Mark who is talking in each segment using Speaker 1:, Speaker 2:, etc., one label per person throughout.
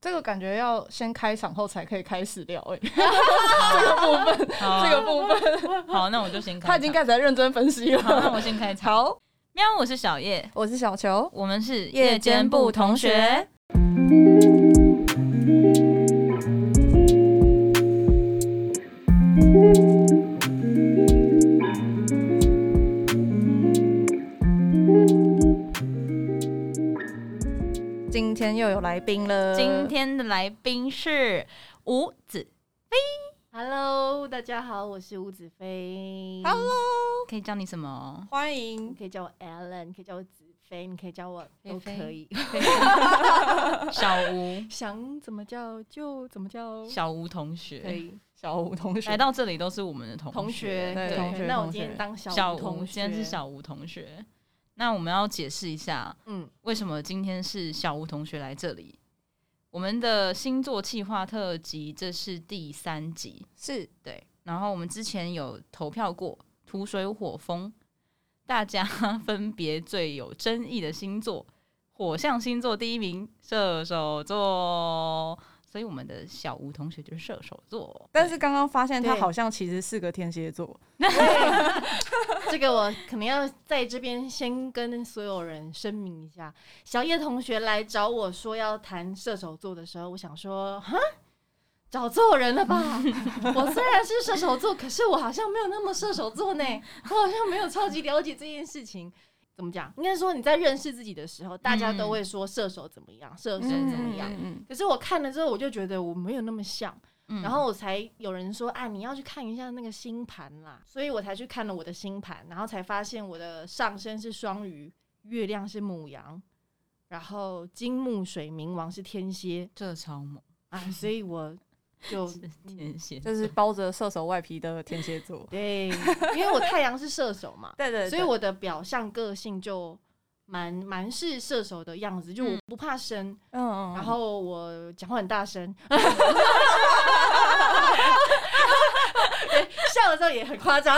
Speaker 1: 这个感觉要先开场后才可以开始聊 哎、这个部分，
Speaker 2: 好啊
Speaker 1: 这个部分，
Speaker 2: 好，那我就先开场。
Speaker 1: 他已经开始在认真分析了。
Speaker 2: 好，那我先开 场。
Speaker 1: 好，
Speaker 2: 喵，我是小叶，
Speaker 1: 我是小球，
Speaker 2: 我们是
Speaker 1: 夜间部同学。今天又有来宾了
Speaker 2: 今天的来宾是吴子，
Speaker 3: Hello，大家好，我是吴子飞。
Speaker 1: Hello，
Speaker 2: 可以叫你什么？
Speaker 1: 欢迎
Speaker 3: 你可以叫我 Alan，你可以叫我子飞，你可以叫我
Speaker 2: 飞
Speaker 3: 都
Speaker 2: 飞
Speaker 3: 可以，
Speaker 1: 呃
Speaker 2: 小 吴，
Speaker 3: 想怎么叫就怎么叫，
Speaker 2: 小吴同
Speaker 3: 可
Speaker 2: 学。
Speaker 3: 以。
Speaker 1: 小吴同学
Speaker 2: 来到这里都是我们的同
Speaker 3: 同学，
Speaker 1: 对
Speaker 3: 对，
Speaker 1: 同学
Speaker 3: 那我
Speaker 1: 同
Speaker 3: 今
Speaker 1: 学
Speaker 3: 天当小
Speaker 2: 小
Speaker 3: 吴
Speaker 2: 吴，
Speaker 3: 同学，
Speaker 2: 今天是，小吴同学。那我们要解释一下，
Speaker 3: 嗯，
Speaker 2: 为什么今天是小吴同学来这里？我们的星座企划特辑，这是第三集，
Speaker 1: 是
Speaker 2: 对。然后我们之前有投票过土水火风，大家分别最有争议的星座，火象星座第一名射手座，所以我们的小吴同学就是射手座。
Speaker 1: 但是刚刚发现他
Speaker 3: 对
Speaker 1: 好像其实是个天蝎座，
Speaker 3: 这个我可能要在这边先跟所有人声明一下，小叶同学来找我说要谈射手座的时候，我想说，哈。找错人了吧？我虽然是射手座，可是我好像没有那么射手座呢。我好像没有超级了解这件事情。怎么讲？应该说你在认识自己的时候，大家都会说射手怎么样，射手
Speaker 1: 嗯
Speaker 3: 怎
Speaker 2: 嗯
Speaker 3: 么样。
Speaker 1: 嗯
Speaker 3: 可是我看了之后，我就觉得我没有那么像，
Speaker 2: 嗯
Speaker 3: 然后我才有人说啊，你要去看一下那个星盘啦，所以我才去看了我的星盘，然后才发现我的上升是双鱼，月亮是母羊，然后金木水冥王是天蝎
Speaker 2: 这超猛，
Speaker 3: 啊，所以我就。
Speaker 2: 天蝎座
Speaker 1: 就是包着射手外皮的天蝎座
Speaker 3: 对，因为我太阳是射手嘛，
Speaker 1: 对对
Speaker 3: 所以我的表象个性就蛮蛮是射手的样子，就我不怕生，
Speaker 1: 嗯嗯
Speaker 3: 然后我讲话很 大声， 对笑的时候也很夸张，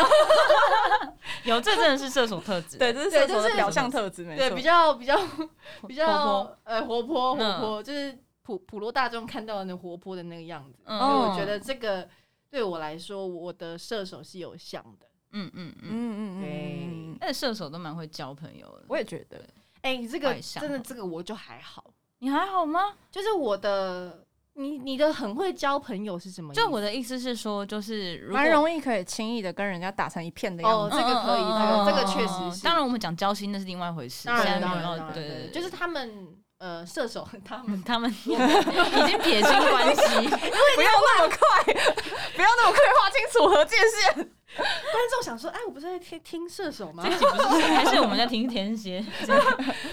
Speaker 2: 有这真的是射手特质，
Speaker 1: 对，这是射
Speaker 3: 对
Speaker 1: 手的
Speaker 3: 就是
Speaker 1: 表象特质，没
Speaker 3: 对，
Speaker 1: 错
Speaker 3: 比。较比较
Speaker 2: 活
Speaker 3: 比较
Speaker 2: 活泼
Speaker 3: 呃活泼
Speaker 2: 嗯
Speaker 3: 活泼，就是普普罗大众看到的那活泼的那个样子，
Speaker 2: 嗯
Speaker 3: 所以我
Speaker 1: 嗯
Speaker 3: 觉得这个对我来说，我的射手是有像的。
Speaker 2: 嗯嗯嗯。
Speaker 1: 嗯嗯嗯嗯嗯，
Speaker 2: 但射手都蛮会交朋友的。
Speaker 1: 我也觉得
Speaker 3: 哎、这个
Speaker 2: 外向
Speaker 3: 真的
Speaker 2: 哦
Speaker 3: 这个我就还好，
Speaker 2: 你还好吗？
Speaker 3: 就是我的。你你的很会交朋友是什么意思？
Speaker 2: 就我的意思是说，就是如果嗯
Speaker 1: 蛮容易可以轻易的跟人家打成一片的样
Speaker 3: 哦，
Speaker 1: 子。
Speaker 3: 这个可以，这个这个确
Speaker 2: 嗯嗯嗯
Speaker 3: 实是。
Speaker 2: 当然，我们讲交心那是另外一回事。
Speaker 3: 当
Speaker 2: 现在
Speaker 3: 然，
Speaker 2: 没有
Speaker 3: 当
Speaker 2: 要
Speaker 3: 然，当然，
Speaker 2: 对
Speaker 3: 哦
Speaker 2: 对，
Speaker 3: 对，就是他们呃，射手 他们
Speaker 2: 嗯 他们已经撇清关系。
Speaker 1: 不要那么快，不要那么快划清楚和界限。
Speaker 3: 观众想说，哎，我不是在听听射手吗
Speaker 2: 这？一集不是还是我们在听天蝎？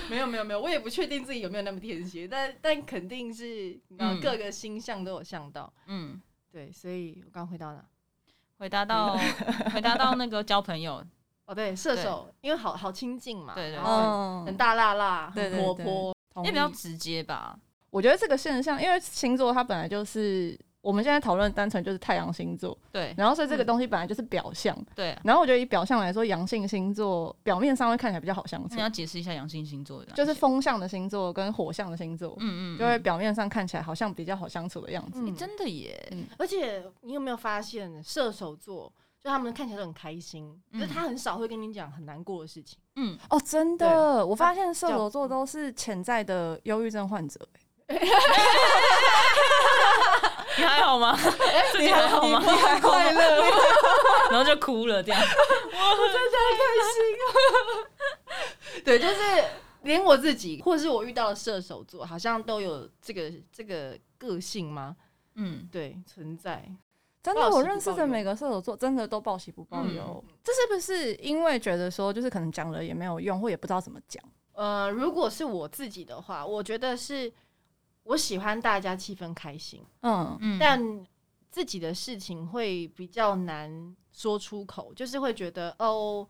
Speaker 3: 没有，没有，没有，我也不确定自己有没有那么天蝎，但但肯定是你知道
Speaker 2: 嗯
Speaker 3: 各个星象都有像到。
Speaker 2: 嗯，
Speaker 3: 对，所以我刚回到哪？
Speaker 2: 回答到回答到那个交朋友，
Speaker 3: 哦，对，射手，因为好好亲近嘛，
Speaker 2: 对对
Speaker 3: 然后
Speaker 1: 嗯
Speaker 3: 哦很大辣辣，
Speaker 1: 对
Speaker 3: 很
Speaker 1: 对
Speaker 3: 活
Speaker 1: 对
Speaker 3: 泼，
Speaker 1: 同
Speaker 2: 也比较
Speaker 1: 意
Speaker 2: 直接吧。
Speaker 1: 我觉得这个现象，因为星座它本来就是我们现在讨论单纯就是太阳星座，
Speaker 2: 对
Speaker 1: 然后所以这个
Speaker 3: 嗯
Speaker 1: 东西本来就是表象。
Speaker 2: 对，啊
Speaker 1: 然后我觉得以表象来说，阳性星座表面上会看起来比较好相
Speaker 2: 那
Speaker 1: 处
Speaker 2: 你，嗯要解释一下阳性星座的，
Speaker 1: 就是风象的星座跟火象的星座，
Speaker 2: 嗯嗯嗯，
Speaker 1: 就会表面上看起来好像比较好相处的样子。
Speaker 2: 诶
Speaker 3: 嗯，
Speaker 2: 真的耶，
Speaker 3: 而且你有没有发现，射手座就他们看起来都很开心，
Speaker 2: 嗯
Speaker 3: 就是他很少会跟你讲很难过的 事情。
Speaker 2: 嗯，
Speaker 1: 哦，真的，我发现射
Speaker 3: 叫
Speaker 1: 手座都是潜在的忧郁症患者。
Speaker 2: 你还好吗？最近还哦好吗？
Speaker 1: 太 快乐，
Speaker 2: 然后就哭了这样。啊
Speaker 3: 对，就是连我自己，或是我遇到的射手座，好像都有这个这个个性吗？
Speaker 2: 嗯，
Speaker 3: 对，存在。
Speaker 1: 真的，
Speaker 3: 报喜
Speaker 1: 我
Speaker 3: 不
Speaker 1: 认识
Speaker 3: 报
Speaker 1: 的
Speaker 3: 忧嗯
Speaker 1: 每个射手座真的都报喜不报忧。这是不是因为觉得说，就是可能讲了也没有用，或也不知道怎么讲？
Speaker 3: 呃，如果是我自己的话，我觉得是我喜欢大家气氛开心，
Speaker 1: 嗯
Speaker 2: 嗯
Speaker 3: 但自己的事情会比较难说出口，就是会觉得哦。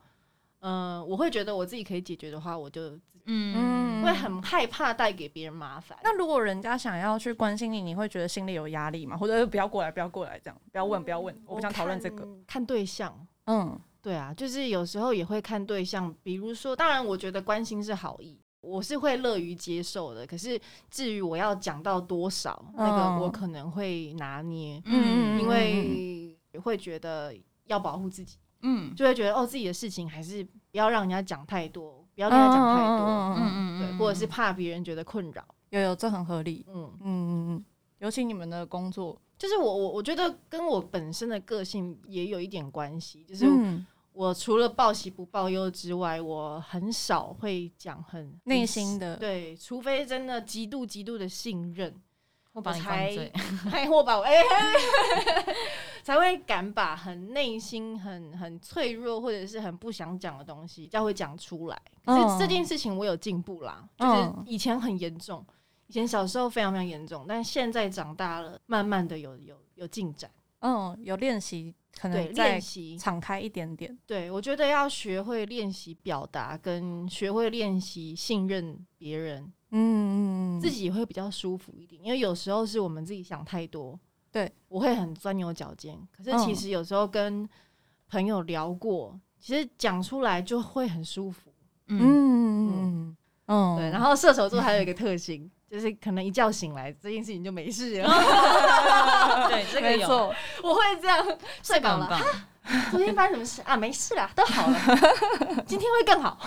Speaker 3: 嗯、我会觉得我自己可以解决的话，我就
Speaker 2: 嗯
Speaker 1: 嗯
Speaker 3: 会很害怕带给别人麻烦。
Speaker 1: 那如果人家想要去关心你，你会觉得心里有压力吗？或者是不要过来，不要过来，这样不要问，不要问，我不想讨论这个。
Speaker 3: 看，嗯看对象，
Speaker 1: 嗯
Speaker 3: 对啊，就是有时候也会看对象，比如说，当然我觉得关心是好意，我是会乐于接受的。可是至于我要讲到多少，那
Speaker 1: 嗯
Speaker 3: 个我可能会拿捏，
Speaker 1: 嗯
Speaker 3: 因为会觉得要保护自己，
Speaker 2: 嗯
Speaker 3: 就会觉得哦自己的事情还是不要让人家讲太多，
Speaker 1: 嗯
Speaker 3: 不要跟人家讲太多，
Speaker 2: 嗯嗯
Speaker 3: 对，或者是怕别人觉得困扰，
Speaker 1: 有有，这很合理。
Speaker 3: 嗯。
Speaker 1: 嗯嗯嗯，尤其你们的工作，
Speaker 3: 就是我我我觉得跟我本身的个性也有一点关系，就是
Speaker 1: 嗯，
Speaker 3: 我除了报喜不报忧之外，我很少会讲很
Speaker 1: 内心的
Speaker 3: 对，除非真的极度极度的信任，
Speaker 2: 我把你
Speaker 3: 我
Speaker 2: 灌
Speaker 3: 才
Speaker 2: 醉，
Speaker 3: 太或把我 哎、 才会敢把很内心很很脆弱或者是很不想讲的东西，才会讲出来。可
Speaker 1: 嗯
Speaker 3: 是这件事情我有进步啦，就是
Speaker 1: 嗯
Speaker 3: 以前很严重，以前小时候非常非常严重，但现在长大了，慢慢的有有有进展，
Speaker 1: 嗯，有练习，可
Speaker 3: 对，
Speaker 1: 能
Speaker 3: 练
Speaker 1: 再
Speaker 3: 习
Speaker 1: 敞开一点点。
Speaker 3: 对，我觉得要学会练习表达，跟学会练习信任别人，
Speaker 1: 嗯嗯嗯，
Speaker 3: 自己会比较舒服一点。因为有时候是我们自己想太多，
Speaker 1: 对，
Speaker 3: 我会很钻牛角尖。可是其
Speaker 1: 嗯
Speaker 3: 实有时候跟朋友聊过，其实讲出来就会很舒服。
Speaker 2: 嗯
Speaker 1: 嗯嗯
Speaker 2: 哦
Speaker 1: 嗯，
Speaker 3: 对，然
Speaker 1: 后
Speaker 3: 后射手座还有一个特性， 就是可能一觉醒来这件事情就没事 了。
Speaker 2: 哦对，哦这个
Speaker 1: 没
Speaker 2: 有，
Speaker 1: 错，
Speaker 3: 我会 这样睡
Speaker 2: 棒
Speaker 3: 饱了，
Speaker 2: 嗯棒，
Speaker 3: 昨天发生什么事啊？没事啦，都好了，今天会更好。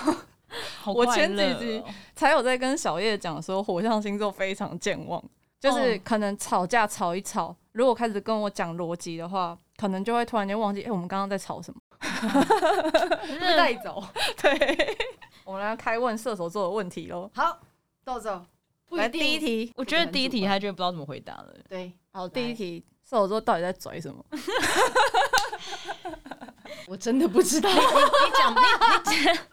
Speaker 2: 好
Speaker 1: 我
Speaker 2: 快
Speaker 1: 前几
Speaker 2: 乐
Speaker 1: 集
Speaker 2: 哦
Speaker 1: 才有在跟小叶讲说，火象星座非常健忘，就是
Speaker 3: 哦
Speaker 1: 可能吵架吵一吵，如果开始跟我讲逻辑的话，可能就会突然间忘记，哎、我们刚刚在吵什么？
Speaker 3: 被带走。
Speaker 1: 对，我们来开问射手座的问题喽。
Speaker 3: 好，豆豆，不
Speaker 1: 来
Speaker 3: 一定。
Speaker 1: 第一题，
Speaker 2: 我觉得第一题他就不知道怎么回答了。
Speaker 3: 对，
Speaker 1: 好，
Speaker 3: 来
Speaker 1: 第一题，射手座到底在拽什么？
Speaker 3: 我真的不知道。
Speaker 2: 你讲你你讲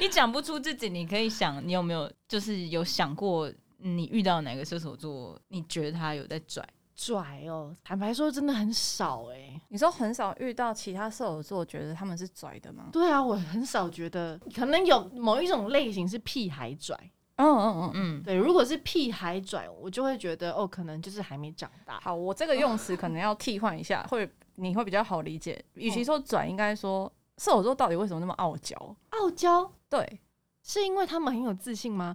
Speaker 2: 你讲不出自己，你可以想你有没有就是有想过你遇到哪个射手座，你觉得他有在拽？
Speaker 3: 拽哦，坦白说真的很少哎、
Speaker 1: 你说很少遇到其他射手座觉得他们是拽的吗？
Speaker 3: 对啊，我很少觉得，可能有某一种类型是屁孩拽。
Speaker 1: 嗯嗯嗯。
Speaker 2: 嗯，
Speaker 3: 对，如果是屁孩拽，我就会觉得哦，可能就是还没长大。
Speaker 1: 好，我这个用词可能要替换一下，会你会比较好理解。与其说拽，应该说射手座到底为什么那么傲娇？
Speaker 3: 傲娇
Speaker 1: 对，
Speaker 3: 是因为他们很有自信吗？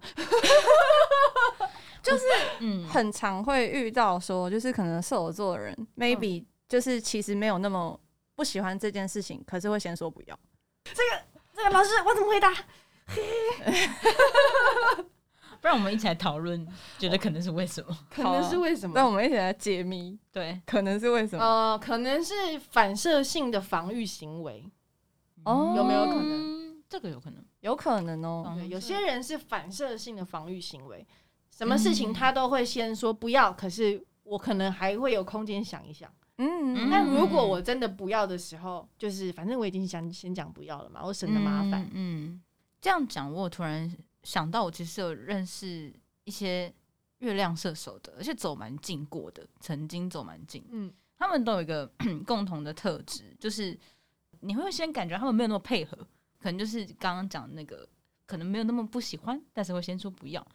Speaker 2: 嗯，
Speaker 1: 很常会遇到说，就是可能射手座的人，maybe、就是其实没有那么不喜欢这件事情，可是会先说不要。
Speaker 3: 这个老师，我怎么回答？
Speaker 2: 不然我们一起来讨论，觉得可能是为什么？
Speaker 3: 可
Speaker 1: 好啊
Speaker 3: 能是为什
Speaker 1: 那
Speaker 3: 么？
Speaker 1: 我们一起来解谜，
Speaker 2: 对，
Speaker 1: 可能是为什么？
Speaker 3: 呃，可能是反射性的防御行为。
Speaker 1: 哦
Speaker 3: 有没有可
Speaker 2: 能？嗯这个有可能。
Speaker 1: 有可能哦、
Speaker 2: 嗯
Speaker 3: 对，有
Speaker 2: 是
Speaker 3: 些人是反射性的防御行为，什么事
Speaker 1: 嗯
Speaker 3: 情他都会先说不要，可是我可能还会有空间想一想。
Speaker 1: 嗯，
Speaker 3: 但如果我真的不要的时候，就是反正我已经想先讲不要了嘛，我省得麻烦。
Speaker 2: 嗯。嗯，这样讲，我突然想到，我其实有认识一些月亮射手的，而且走蛮近过的，曾经走蛮近。
Speaker 3: 嗯，
Speaker 2: 他们都有一个 共同的特质，就是你会先感觉他们没有那么配合，可能就是刚刚讲的那个，可能没有那么不喜欢，但是会先说不要。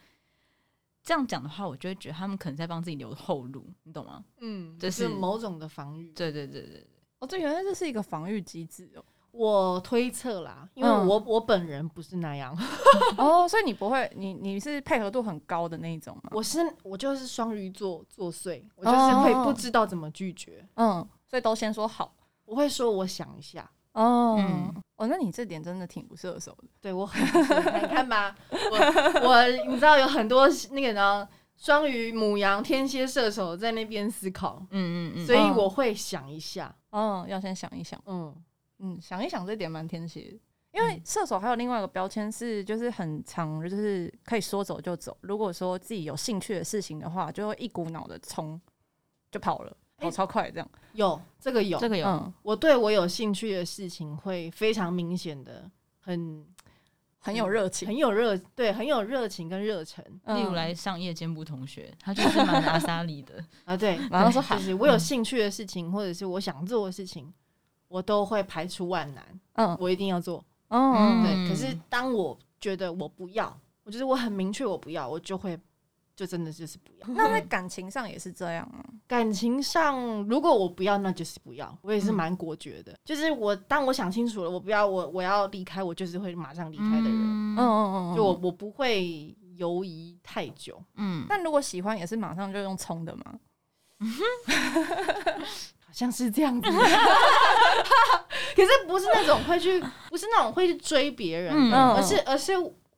Speaker 2: 这样讲的话，我就会觉得他们可能在帮自己留后路，你懂吗？
Speaker 3: 嗯，
Speaker 2: 这
Speaker 3: 就是
Speaker 2: 是
Speaker 3: 某种的防御。
Speaker 2: 对对对对，
Speaker 1: 哦，对，原来这是一个防御机制哦。
Speaker 3: 我推测啦，因为
Speaker 1: 嗯
Speaker 3: 我、我本人不是那样，
Speaker 1: 哦，所以你不会，你你是配合度很高的那一种吗？
Speaker 3: 我是我就是双鱼座作祟，我就是会
Speaker 1: 哦
Speaker 3: 不知道怎么拒
Speaker 2: 哦
Speaker 3: 绝，
Speaker 1: 嗯，所以都先说好。
Speaker 3: 我会说我想一下。
Speaker 1: 哦、
Speaker 2: 嗯
Speaker 1: 哦，那你这点真的挺不射手的。
Speaker 3: 对我 很不是，你看吧，我我 你知道有很多那个呢，双鱼、母羊、天蝎、射手在那边思考，
Speaker 2: 嗯嗯嗯，
Speaker 3: 所以
Speaker 1: 嗯
Speaker 3: 我会想一下，
Speaker 1: 嗯，要先想一想，
Speaker 2: 哦
Speaker 3: 嗯，
Speaker 1: 嗯，想一想这点蛮天蝎的，因为
Speaker 2: 嗯
Speaker 1: 射手还有另外一个标签是，就是很长，就是可以说走就走。如果说自己有兴趣的事情的话，就会一股脑的冲就跑了，
Speaker 3: 哎
Speaker 1: 跑超快这样。
Speaker 3: 有这个有
Speaker 2: 这个有，
Speaker 1: 嗯，
Speaker 3: 我对我有兴趣的事情会非常明显的，很
Speaker 1: 很有热情。
Speaker 3: 很有热，对，很有热情跟热忱
Speaker 1: 嗯
Speaker 2: 例如，来上夜间部同学，他就是蛮阿莎里的，
Speaker 3: 啊，对，
Speaker 1: 马上说
Speaker 3: 就
Speaker 1: 好，
Speaker 3: 是我有兴趣的事情，或者是我想做的事情，我都会排除万难，
Speaker 1: 嗯
Speaker 3: 我一定要做。
Speaker 1: 嗯，
Speaker 3: 对，
Speaker 2: 嗯
Speaker 3: 可是当我觉得我不要，我
Speaker 1: 嗯
Speaker 3: 就是我很明确我不要，我就会就真的就是不要。
Speaker 1: 那在感情上也是这样吗？啊
Speaker 3: 感情上，如果我不要，那就是不要。我也
Speaker 1: 嗯
Speaker 3: 是蛮果决的，就是我当我想清楚了，我不要，我我要离开，我就是会马上离开的
Speaker 1: 嗯
Speaker 3: 人。
Speaker 1: 嗯嗯，
Speaker 3: 就我我不会犹疑太久，
Speaker 2: 嗯，
Speaker 1: 但如果喜欢也是马上就用冲的嘛，
Speaker 3: 好像是这样子。 可是不是那种会去，不是那种会去追别人的，
Speaker 2: 嗯
Speaker 3: 而是而是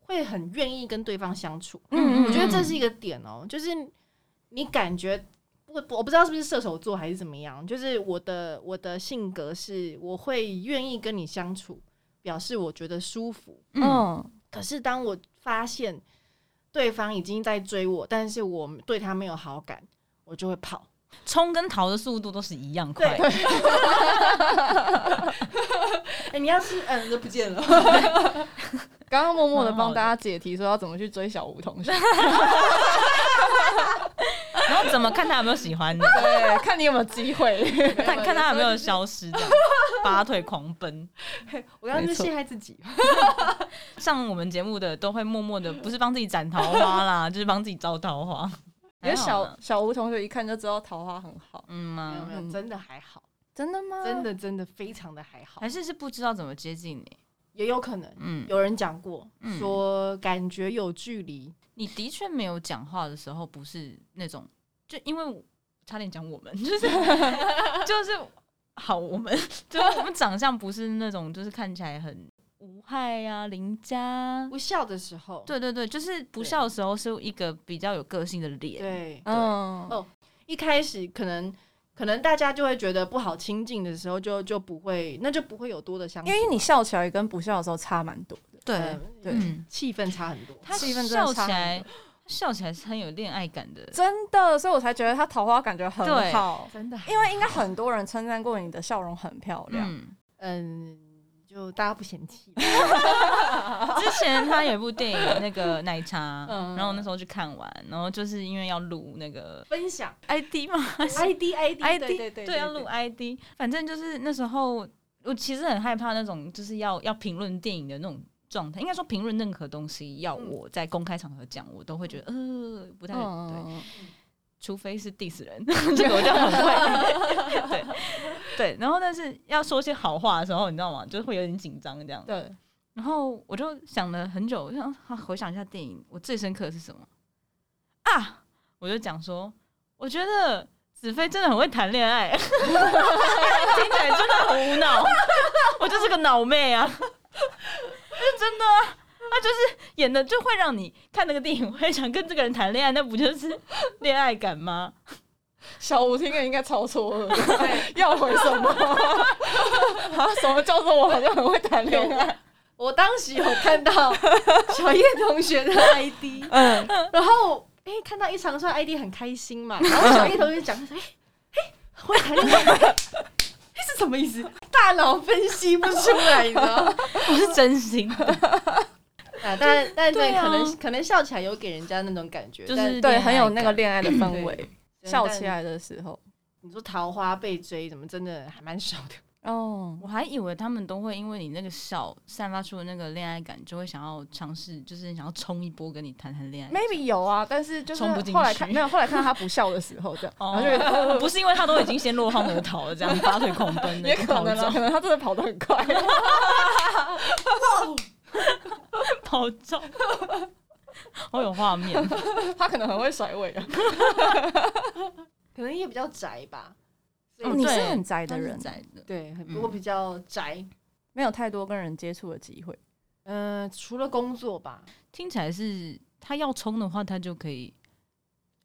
Speaker 3: 会很愿意跟对方相处。
Speaker 1: 嗯嗯
Speaker 3: 我觉得这是一个点哦、就是你感觉不，不我不知道是不是射手座还是怎么样，就是我的我的性格是我会愿意跟你相处，表示我觉得舒服。
Speaker 2: 嗯
Speaker 3: 可是当我发现对方已经在追我，但是我对他没有好感，我就会跑。
Speaker 2: 冲跟逃的速度都是一样快，
Speaker 3: 哎、你要是嗯，就不见了。
Speaker 1: 刚刚默默的
Speaker 2: 蛮好
Speaker 1: 帮
Speaker 2: 的
Speaker 1: 大家解题，说要怎么去追小吴同学，
Speaker 2: 然后怎么看他有没有喜欢 你，
Speaker 1: 对，看你有没有机会。
Speaker 2: 看看他有没有消失，这样拔腿狂奔。
Speaker 3: 我刚刚
Speaker 1: 没
Speaker 3: 是
Speaker 1: 错
Speaker 3: 陷害自己。
Speaker 2: 上我们节目的都会默默的，不是帮自己斩桃花 啦，就是帮自己招桃花。
Speaker 1: 因为
Speaker 2: 还好
Speaker 1: 小
Speaker 2: 啦，
Speaker 1: 小吴同学一看就知道桃花很好，
Speaker 2: 嗯
Speaker 3: 没有
Speaker 2: 吗？
Speaker 3: 没有，真的还好，
Speaker 1: 真的吗？
Speaker 3: 真，的真的非常的还好
Speaker 1: 嗯
Speaker 2: 还，是是不知道怎么接近你？
Speaker 3: 也有可能。
Speaker 2: 嗯，
Speaker 3: 有人讲过，
Speaker 2: 嗯
Speaker 3: 说感觉有距离，
Speaker 2: 你的确没有讲话的时候，不是那种，就因为我差点讲我们，就是就是好，我们就是我们长相不是那种，就是看起来很无害呀、啊、邻家。
Speaker 3: 不笑的时候，
Speaker 2: 对对对，就是不笑的时候是一个比较有个性的脸。
Speaker 3: 对，
Speaker 1: 嗯
Speaker 3: 哦一开始可能可能大家就会觉得不好亲近的时候就，就不会，那就不会有多的相处
Speaker 1: 因
Speaker 3: 了，
Speaker 1: 为你笑起来跟不笑的时候差蛮多的，
Speaker 3: 嗯
Speaker 1: 对
Speaker 2: 嗯，
Speaker 3: 气氛差很多。
Speaker 2: 他
Speaker 1: 气氛真的
Speaker 2: 笑起
Speaker 1: 差很
Speaker 2: 来
Speaker 1: 多，
Speaker 2: 笑起来是很有恋爱感的。
Speaker 1: 真的，所以我才觉得他桃花感觉很
Speaker 2: 对
Speaker 1: 好，
Speaker 3: 真的，
Speaker 1: 因为应该很多人称赞过你的笑容很漂亮，
Speaker 2: 嗯，
Speaker 3: 嗯，就大家不嫌 弃，
Speaker 2: 之前他有一部电影，那个奶 茶，
Speaker 3: 嗯
Speaker 2: 然后我那时候去看完，然后就是因为要录那个
Speaker 3: 分享
Speaker 2: ID 嘛，
Speaker 3: ID ID
Speaker 2: ID
Speaker 3: 对对对，
Speaker 2: 对，要录 ID。反正就是那时候，我其实很害怕那种就是要要评论电影的那种状态，应该说评论任何东西，要
Speaker 3: 嗯
Speaker 2: 我在公开场合讲，我都会觉得呃不太对，
Speaker 1: 嗯，
Speaker 2: 除非是 diss 人， 这个我就很会。 对对，然后但是要说些好话的时候，你知道吗？就会有点紧张这样。
Speaker 1: 对，
Speaker 2: 然后我就想了很久，我想、啊、回想一下电影，我最深刻的是什么啊？我就讲说，我觉得子飞真的很会谈恋爱， 听起来真的很无脑，我就是个脑妹啊， 我是真的、啊。他就是演的，就会让你看那个电影，会想跟这个人谈恋爱，那不就是恋爱感吗？
Speaker 1: 小吴听了应该超错愕的，
Speaker 3: 对。
Speaker 1: 要回什么？啊，什么叫做我好像很会 谈恋爱？
Speaker 3: 我当时有看到小叶同学的 ID，
Speaker 1: 嗯，
Speaker 3: 然后哎、看到一长串 ID 很开心嘛，然后小叶同学讲说，哎、哎，会谈恋爱。哎是什么意思？大脑分析不出来，你知道吗？
Speaker 2: 我是真心的，
Speaker 3: 啊，但但对，
Speaker 2: 对啊
Speaker 3: 可能可能笑起来有给人家那种感觉，
Speaker 2: 就
Speaker 3: 但
Speaker 2: 是
Speaker 1: 对，很有那个
Speaker 2: 恋
Speaker 1: 恋爱的氛围，
Speaker 3: 但
Speaker 1: 笑起来的时候，
Speaker 3: 你说桃花被追，怎么真的还蛮少的？
Speaker 1: 哦
Speaker 2: 爱感。，我还以为他们都会因为你那个笑散发出的那个恋爱感，就会想要尝试，就是想要冲一波跟你谈谈恋爱。
Speaker 1: maybe 有啊，但是就是
Speaker 2: 冲不进
Speaker 1: 后来看
Speaker 2: 去
Speaker 1: 没有，后来看到他不笑的时候，这样，然
Speaker 2: 哦
Speaker 1: 后就有点，
Speaker 2: 不是因为他都已经先落荒而逃了，这样拔腿狂奔的
Speaker 1: 也可能啊，
Speaker 2: 跑
Speaker 1: 可
Speaker 2: 走
Speaker 1: 能他真的跑得很快。
Speaker 2: 跑走， 好有画 面。哦
Speaker 1: 他可能很会甩尾啊。
Speaker 3: 可能也比较宅吧。所以
Speaker 2: 哦
Speaker 1: 你是
Speaker 2: 对
Speaker 1: 嗯很宅的
Speaker 2: 他是
Speaker 1: 人，
Speaker 2: 宅的，
Speaker 3: 对，很
Speaker 2: 嗯
Speaker 3: 我比较宅，
Speaker 1: 没有太多跟人接触的机会。
Speaker 3: 嗯、除了工作吧，
Speaker 2: 听起来是他要冲的话，他就可以，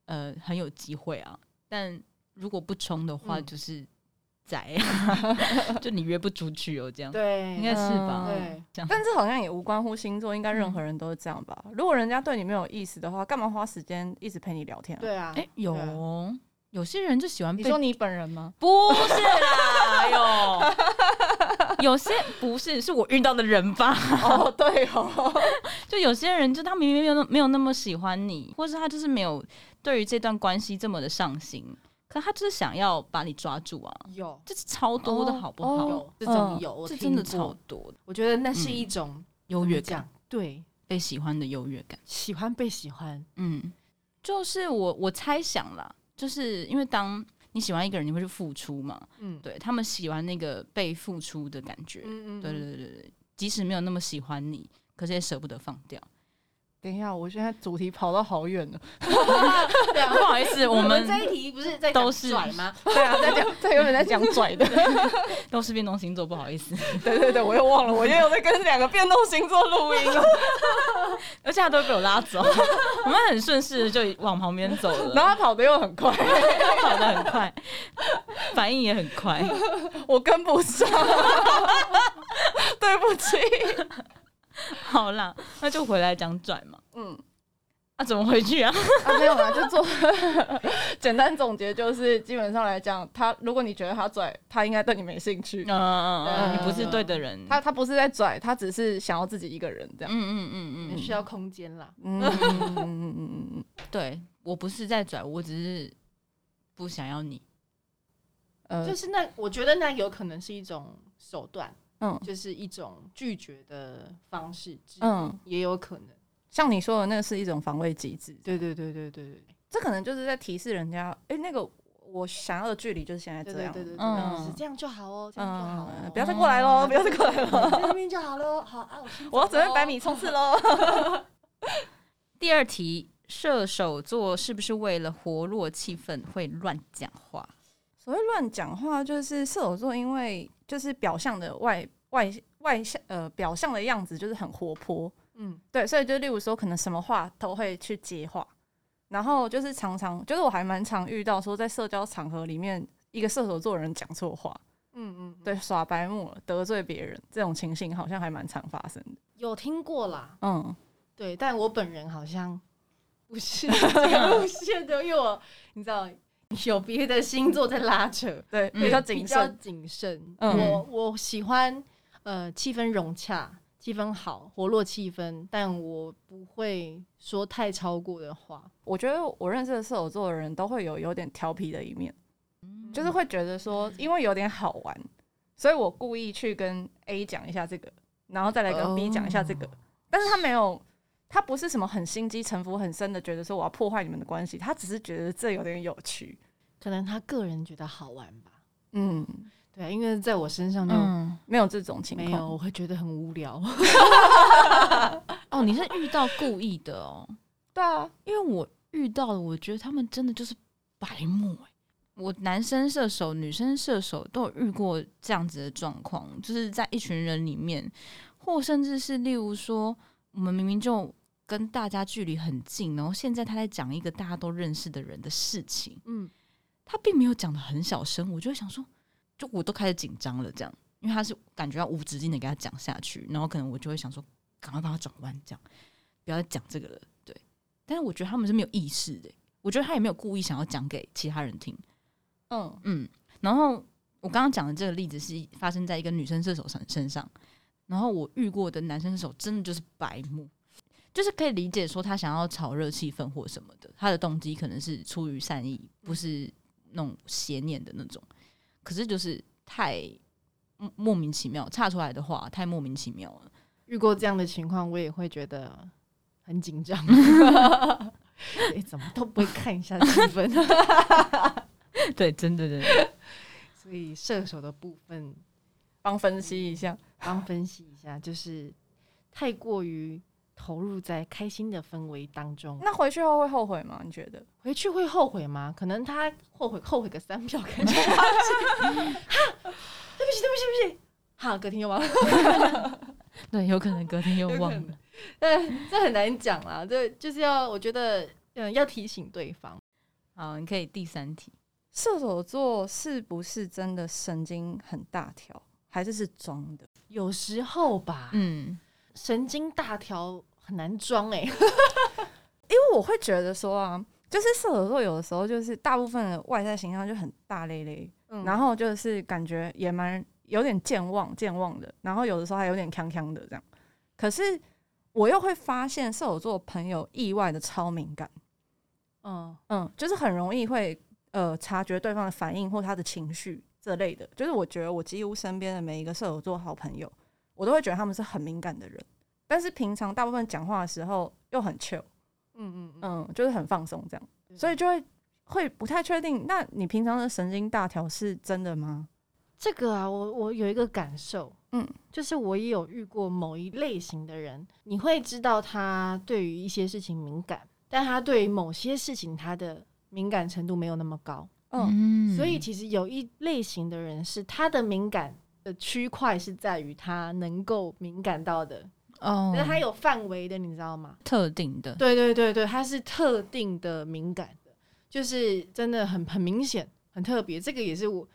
Speaker 2: 呃，很有机会啊。但如果不冲的话，
Speaker 3: 嗯
Speaker 2: 就是宅啊， 就你约不出去哦，这样
Speaker 3: 对，
Speaker 2: 应该是吧？
Speaker 1: 嗯
Speaker 3: 对，
Speaker 2: 这样
Speaker 1: 但这好像也无关乎星座，应该任何人都是这样吧？如果人家对你没有意思的话，干嘛花时间一直陪你聊天、啊？
Speaker 3: 对啊，
Speaker 2: 哎、有
Speaker 3: 对啊
Speaker 2: 哦、有些人就喜欢
Speaker 1: 你
Speaker 2: 被
Speaker 1: 说你本人吗？
Speaker 2: 不是啦，哎 有有些不是是我遇到的人吧？
Speaker 1: 哦，对 哦，
Speaker 2: 就有些人就他明明没有那没有那么喜欢你，或是他就是没有对于这段关系这么的上心，可他就是想要把你抓住啊，
Speaker 3: 有
Speaker 2: 这是超多的
Speaker 1: 哦
Speaker 2: 好不好？
Speaker 3: 有
Speaker 1: 哦
Speaker 3: 这种
Speaker 1: 嗯
Speaker 3: 有，我
Speaker 2: 这
Speaker 3: 听
Speaker 2: 真的
Speaker 3: 过
Speaker 2: 超多的
Speaker 3: 我觉得那是一种
Speaker 2: 优
Speaker 3: 怎么
Speaker 2: 越
Speaker 3: 讲
Speaker 2: 感，，
Speaker 3: 对，
Speaker 2: 被喜欢的优越感。
Speaker 3: 喜欢被喜欢，
Speaker 2: 嗯，就是我我猜想啦，就是因为当你喜欢一个人，你会去付出嘛？
Speaker 3: 嗯，
Speaker 2: 对他们喜欢那个被付出的感觉。
Speaker 3: 嗯嗯，
Speaker 2: 对对对对对，即使没有那么喜欢你，可是也舍不得放 掉。
Speaker 1: 等一下，我现在主题跑到好远哦了。
Speaker 3: 对，对啊
Speaker 2: 不好意思，
Speaker 3: 我
Speaker 2: 我们
Speaker 3: 这一题不是在
Speaker 2: 都
Speaker 3: 讲
Speaker 2: 是
Speaker 3: 拽吗？
Speaker 1: 对啊，在讲，对，有点在讲拽的。
Speaker 2: 都是变动星座，不好意思，
Speaker 1: 对对对，我又忘了， 我又有在跟两个变动星座录音了。
Speaker 2: 而且他都被我拉走， 我们很顺势地就往旁边走了，
Speaker 1: 然后他跑得又很快，
Speaker 2: 跑得很快，反应也很快。
Speaker 1: 我跟不 上。对不起。
Speaker 2: 好啦，那就回来讲拽嘛。
Speaker 1: 嗯，
Speaker 2: 那、怎么回去啊？
Speaker 1: 啊没有啦，就做简单总结，就是基本上来讲，他如果你觉得他拽，他应该对你没兴趣。
Speaker 2: 嗯嗯嗯，你不是对的人。
Speaker 1: 他他不是在拽，他只是想要自己一个人这样。
Speaker 2: 嗯嗯嗯嗯
Speaker 3: 需要空间啦。
Speaker 1: 嗯嗯嗯嗯嗯嗯
Speaker 2: 嗯，对我不是在拽，我只是不想要你。
Speaker 1: 嗯，
Speaker 3: 就
Speaker 1: 呃，
Speaker 3: 是那，我觉得那有可能是一种手段，
Speaker 1: 嗯
Speaker 3: 就是一种拒绝的方式，嗯，
Speaker 1: 嗯，
Speaker 3: 也有可能。
Speaker 1: 像你说的那个是一种防卫机制，
Speaker 3: 对对对对对对
Speaker 1: 这可能就是在提示人家，哎、那个我想要的距离就是现在
Speaker 3: 对
Speaker 1: 这
Speaker 3: 对
Speaker 1: 样，
Speaker 3: 对对，
Speaker 2: 嗯
Speaker 3: 嗯，是这样就好哦，这样就好
Speaker 1: 嗯，
Speaker 3: 哦，
Speaker 1: 不要再过来喽，
Speaker 2: 嗯
Speaker 1: 不要再过来喽，
Speaker 3: 在那边就好喽。好啊，我先
Speaker 1: 我要
Speaker 3: 走
Speaker 1: 准备
Speaker 3: 咯
Speaker 1: 百米冲刺喽。
Speaker 2: 第二题，射手座是不是为了活络气氛会乱讲话？
Speaker 1: 所谓乱讲话，就是射手座，因为就是表象的外外外向呃表象的样子就是很活泼，
Speaker 3: 嗯，
Speaker 1: 对，所以就例如说，可能什么话都会去接话，然后就是常常，就是我还蛮常遇到说，在社交场合里面，一个射手座的人讲错话，
Speaker 3: 嗯嗯，
Speaker 1: 对，，耍白目了，得罪别人这种情形，好像还蛮常发生的。
Speaker 3: 有听过啦，
Speaker 1: 嗯，
Speaker 3: 对，但我本人好像不是路线的，因为我你知道有别的星座在拉扯，
Speaker 1: 对，
Speaker 2: 嗯
Speaker 1: 比较
Speaker 3: 比
Speaker 1: 谨
Speaker 3: 较
Speaker 1: 慎。
Speaker 3: 谨慎。
Speaker 1: 嗯
Speaker 3: 我我喜欢呃气氛融洽，气氛好，活络气氛，但我不会说太超过的话。
Speaker 1: 我觉得我认识的射手座的人都会有有点调皮的一面，就是会觉得说，因为有点好玩，所以我故意去跟 A 讲一下这个，然后再来跟 B 讲一下这个。但是他没有，他不是什么很心机、城府很深的，觉得说我要破坏你们的关系，他只是觉得这有点有趣。
Speaker 3: 可能他个人觉得好玩吧。
Speaker 1: 嗯，
Speaker 3: 对，啊因为在我身上就
Speaker 2: 嗯，
Speaker 1: 没有这种情
Speaker 3: 没
Speaker 1: 况。
Speaker 3: 有，我会觉得很无聊。
Speaker 2: 哦，你是遇到故意的哦，
Speaker 1: 对啊，
Speaker 2: 因为我遇到了，我觉得他们真的就是白目哎、我男生射手、女生射手都有遇过这样子的状况，就是在一群人里面，或甚至是例如说，我们明明就跟大家距离很近，然后现在他在讲一个大家都认识的人的事情，
Speaker 3: 嗯，
Speaker 2: 他并没有讲的很小声，我就会想说，就我都开始紧张了，这样，因为他是感觉到无止境的给他讲下去，然后可能我就会想说，赶快帮他转弯，这样，不要再讲这个了，对。但是我觉得他们是没有意识的，我觉得他也没有故意想要讲给其他人听，
Speaker 1: 嗯
Speaker 2: 嗯。然后我刚刚讲的这个例子是发生在一个女生射手身身上，然后我遇过的男生射手真的就是白目。就是可以理解说他想要炒热气氛或什么的，他的动机可能是出于善意，不是那种邪念的那种。可是就是太嗯莫名其妙，岔出来的话太莫名其妙了。
Speaker 3: 遇过这样的情况，我也会觉得很紧张。 对，怎么都不会看一下气氛，
Speaker 2: 对，真的真的，
Speaker 3: 所以射手的部分
Speaker 1: 帮分析一下。
Speaker 3: 帮分析一下，就是太过于投入在开心的氛围当中，
Speaker 1: 那回去后会后悔吗？你觉得？
Speaker 3: 回去会后悔吗？可能他后悔，后悔个三秒， 感觉对不起，对不起，对不起。好，隔天 又忘了，
Speaker 2: 对，有可能隔天又忘
Speaker 3: 有可
Speaker 2: 了。
Speaker 3: 但呃这很难讲啦。这就是要，我觉得，嗯，要提醒对方。
Speaker 2: 好，你可以第三题。
Speaker 1: 射手座是不是真的神经很大条，还是是装的？
Speaker 3: 有时候吧，
Speaker 2: 嗯，
Speaker 3: 神经大条很难装哎、
Speaker 1: 因为我会觉得说啊，就是射手座有的时候就是大部分的外在形象就很大咧咧，
Speaker 3: 嗯
Speaker 1: 然后就是感觉也蛮有点健忘健忘的，然后有的时候还有点锵锵的这样。可是我又会发现射手座朋友意外的超敏感，
Speaker 3: 嗯，
Speaker 1: 嗯，就是很容易会呃察觉对方的反应或他的情绪这类的。就是我觉得我几乎身边的每一个射手座好朋友，我都会觉得他们是很敏感的人，但是平常大部分讲话的时候又很 chill，
Speaker 3: 嗯嗯嗯，
Speaker 1: 嗯，就是很放松这样，所以就会会不太确定。那你平常的神经大条是真的吗？
Speaker 3: 这个啊，我我有一个感受，
Speaker 1: 嗯，
Speaker 3: 就是我也有遇过某一类型的人，你会知道他对于一些事情敏感，但他对于某些事情他的敏感程度没有那么高，
Speaker 1: 嗯，
Speaker 3: 所以其实有一类型的人是他的敏感的区块是在于他能够敏感到的，
Speaker 2: 哦
Speaker 3: 那、是他有范围的，你知道吗？
Speaker 2: 特定的，
Speaker 3: 对对对对，它是特定的敏感的，就是真的很很明显、很特别。这个也是我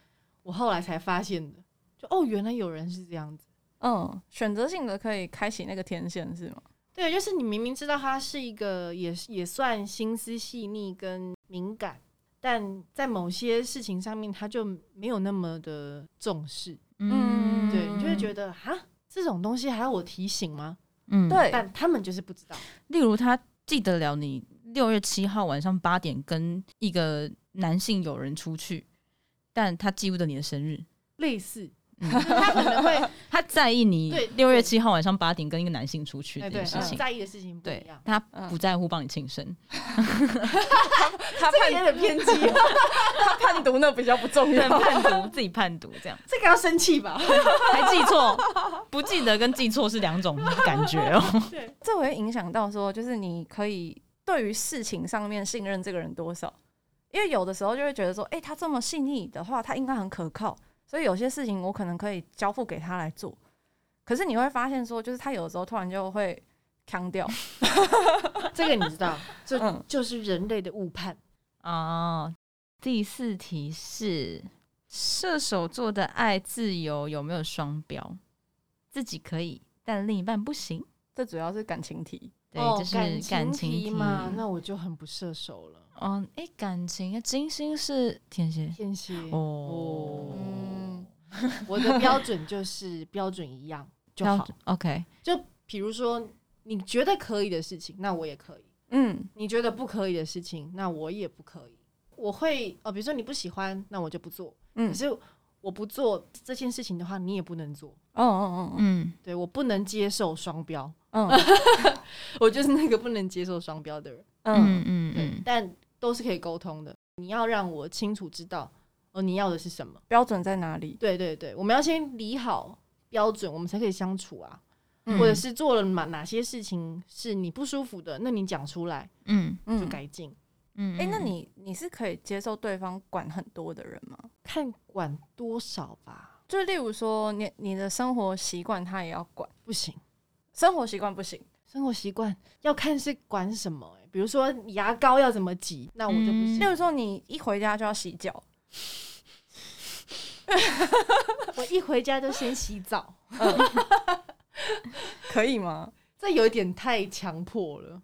Speaker 3: 我后来才发现的，就哦，原来有人是这样子。
Speaker 1: 嗯，选择性的可以开启那个天线是吗？
Speaker 3: 对，就是你明明知道他是一个也也算心思细腻跟敏感，但在某些事情上面他就没有那么的重视，
Speaker 1: 嗯
Speaker 3: 对你就会
Speaker 1: 嗯
Speaker 3: 觉得哈，这种东西还要我提醒吗？
Speaker 2: 嗯，
Speaker 1: 对，
Speaker 3: 但他们就是不知道。
Speaker 2: 例如他记得了你六月七号晚上八点跟一个男性友人出去，但他记不得你的生日，
Speaker 3: 类似，
Speaker 2: 嗯
Speaker 3: 就是 他可 能会哎
Speaker 2: 他在意你
Speaker 3: 对
Speaker 2: 六月七号晚上八点跟一个男性出去
Speaker 3: 哎
Speaker 2: 这
Speaker 3: 对
Speaker 2: 件事
Speaker 3: 嗯
Speaker 2: 情。
Speaker 3: 在意的事情不一
Speaker 2: 对
Speaker 3: 样，，嗯
Speaker 2: 他不在乎帮你庆 生，
Speaker 1: 他
Speaker 3: 这个有
Speaker 1: 判
Speaker 3: 点偏激。哦
Speaker 1: 他判读那比较不重
Speaker 2: 但
Speaker 1: 要。
Speaker 2: 判读自己判读这样，
Speaker 3: 这个要生气吧？
Speaker 2: 还记错，不记得跟记错是两种感觉哦。
Speaker 1: 这会影响到说，就是你可以对于事情上面信任这个人多少，因为有的时候就会觉得说，诶，他这么细腻的话，他应该很可靠，所以有些事情我可能可以交付给他来做。可是你会发现说，就是他有的时候突然就会腔掉，
Speaker 3: 这个你知道，这
Speaker 1: 嗯
Speaker 3: 就是人类的误判。
Speaker 2: 哦，第四题是射手座的爱自由有没有双标？自己可以，但另一半不行。
Speaker 1: 这主要是感情题。
Speaker 2: 对，
Speaker 3: 哦
Speaker 2: 这是感情
Speaker 3: 题嘛，那我就很不射手了，
Speaker 2: 哦，哎，感情啊，金星是天蝎
Speaker 3: 天蝎。
Speaker 2: 哦，
Speaker 1: 嗯，
Speaker 3: 我的标准就是标准一 样就
Speaker 2: 那
Speaker 3: 好。
Speaker 2: OK，
Speaker 3: 就比如说，你觉得可以的事情，那我也可以；
Speaker 1: 嗯
Speaker 3: 你觉得不可以的事情，那我也不可以。我会哦，比如说你不喜欢，那我就不做。可
Speaker 1: 嗯，
Speaker 3: 是我不做这件事情的话，你也不能做。
Speaker 1: 哦哦哦
Speaker 2: 嗯，
Speaker 3: 对我不能接受双标，
Speaker 1: 哦，嗯
Speaker 3: 我就是那个不能接受双标的人。
Speaker 1: 嗯
Speaker 2: 嗯嗯
Speaker 3: 对，
Speaker 2: 嗯，
Speaker 3: 但都是可以沟通的。你要让我清楚知道，哦，你要的是什么？
Speaker 1: 标准在哪里？
Speaker 3: 对对对，我们要先理好标准，我们才可以相处啊。
Speaker 1: 嗯
Speaker 3: 或者是做了哪哪些事情是你不舒服的，那你讲出来
Speaker 2: 嗯
Speaker 3: 就
Speaker 1: 嗯，
Speaker 3: 改进。
Speaker 2: 嗯，
Speaker 1: 诶，那你你是可以接受对方管很多的人吗？
Speaker 3: 看管多少吧，
Speaker 1: 就例如说，你你的生活习惯他也要管，
Speaker 3: 不行，
Speaker 1: 生活习惯不行。
Speaker 3: 生活习惯要看是管什么、欸。比如说牙膏要怎么挤，那我就不行。
Speaker 1: 例 如说，你一回家就要洗脚，
Speaker 3: 我一回家就先洗澡，
Speaker 1: 可以吗？
Speaker 3: 这有一点太强迫了，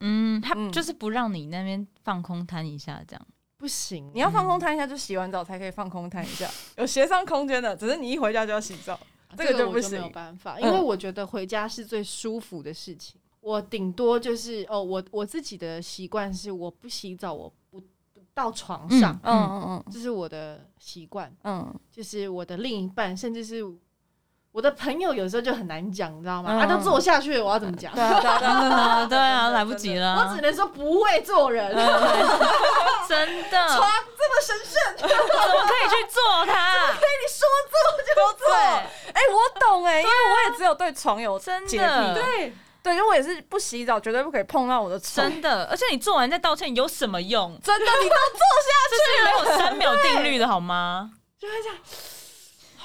Speaker 2: 嗯，他
Speaker 1: 嗯
Speaker 2: 就是不让你那边放空摊一下这样。
Speaker 3: 不行。
Speaker 1: 你要放空摊一下，就洗完澡才可以放空摊一 下，有协商空间的。只是你一回家就要洗澡，这个
Speaker 3: 啊这个
Speaker 1: 就
Speaker 3: 我
Speaker 1: 不
Speaker 3: 就没有
Speaker 1: 行
Speaker 3: 办法，
Speaker 1: 嗯
Speaker 3: 因为我觉得回家是最舒服的事情。我顶多就是哦，我我自己的习惯是我不洗澡，我不不到床上，
Speaker 1: 嗯 嗯
Speaker 3: 这是我的习惯。
Speaker 1: 嗯
Speaker 3: 就是我的另一半，甚至是我的朋友，有时候就很难讲，你知道吗？
Speaker 1: 嗯
Speaker 3: 他、都坐下去了，我要怎么讲
Speaker 1: 嗯，？对啊对啊对啊，
Speaker 2: 啊，对啊，来不及
Speaker 1: 嗯
Speaker 3: 我
Speaker 2: 了
Speaker 3: 只，能说不会做 人，
Speaker 2: 真的，这么神圣，怎么可以去做他？
Speaker 1: 都做。哎， 我懂哎，因为我也只有对床有
Speaker 2: 真的
Speaker 1: 洁癖
Speaker 3: 对，
Speaker 1: 对，因为我也是不洗澡绝对不可以碰到我的床。
Speaker 2: 真的，而且你做完再道歉有什么用？
Speaker 1: 真的，你都啊
Speaker 2: 这是没有三秒定律的好吗？
Speaker 3: 就会这样。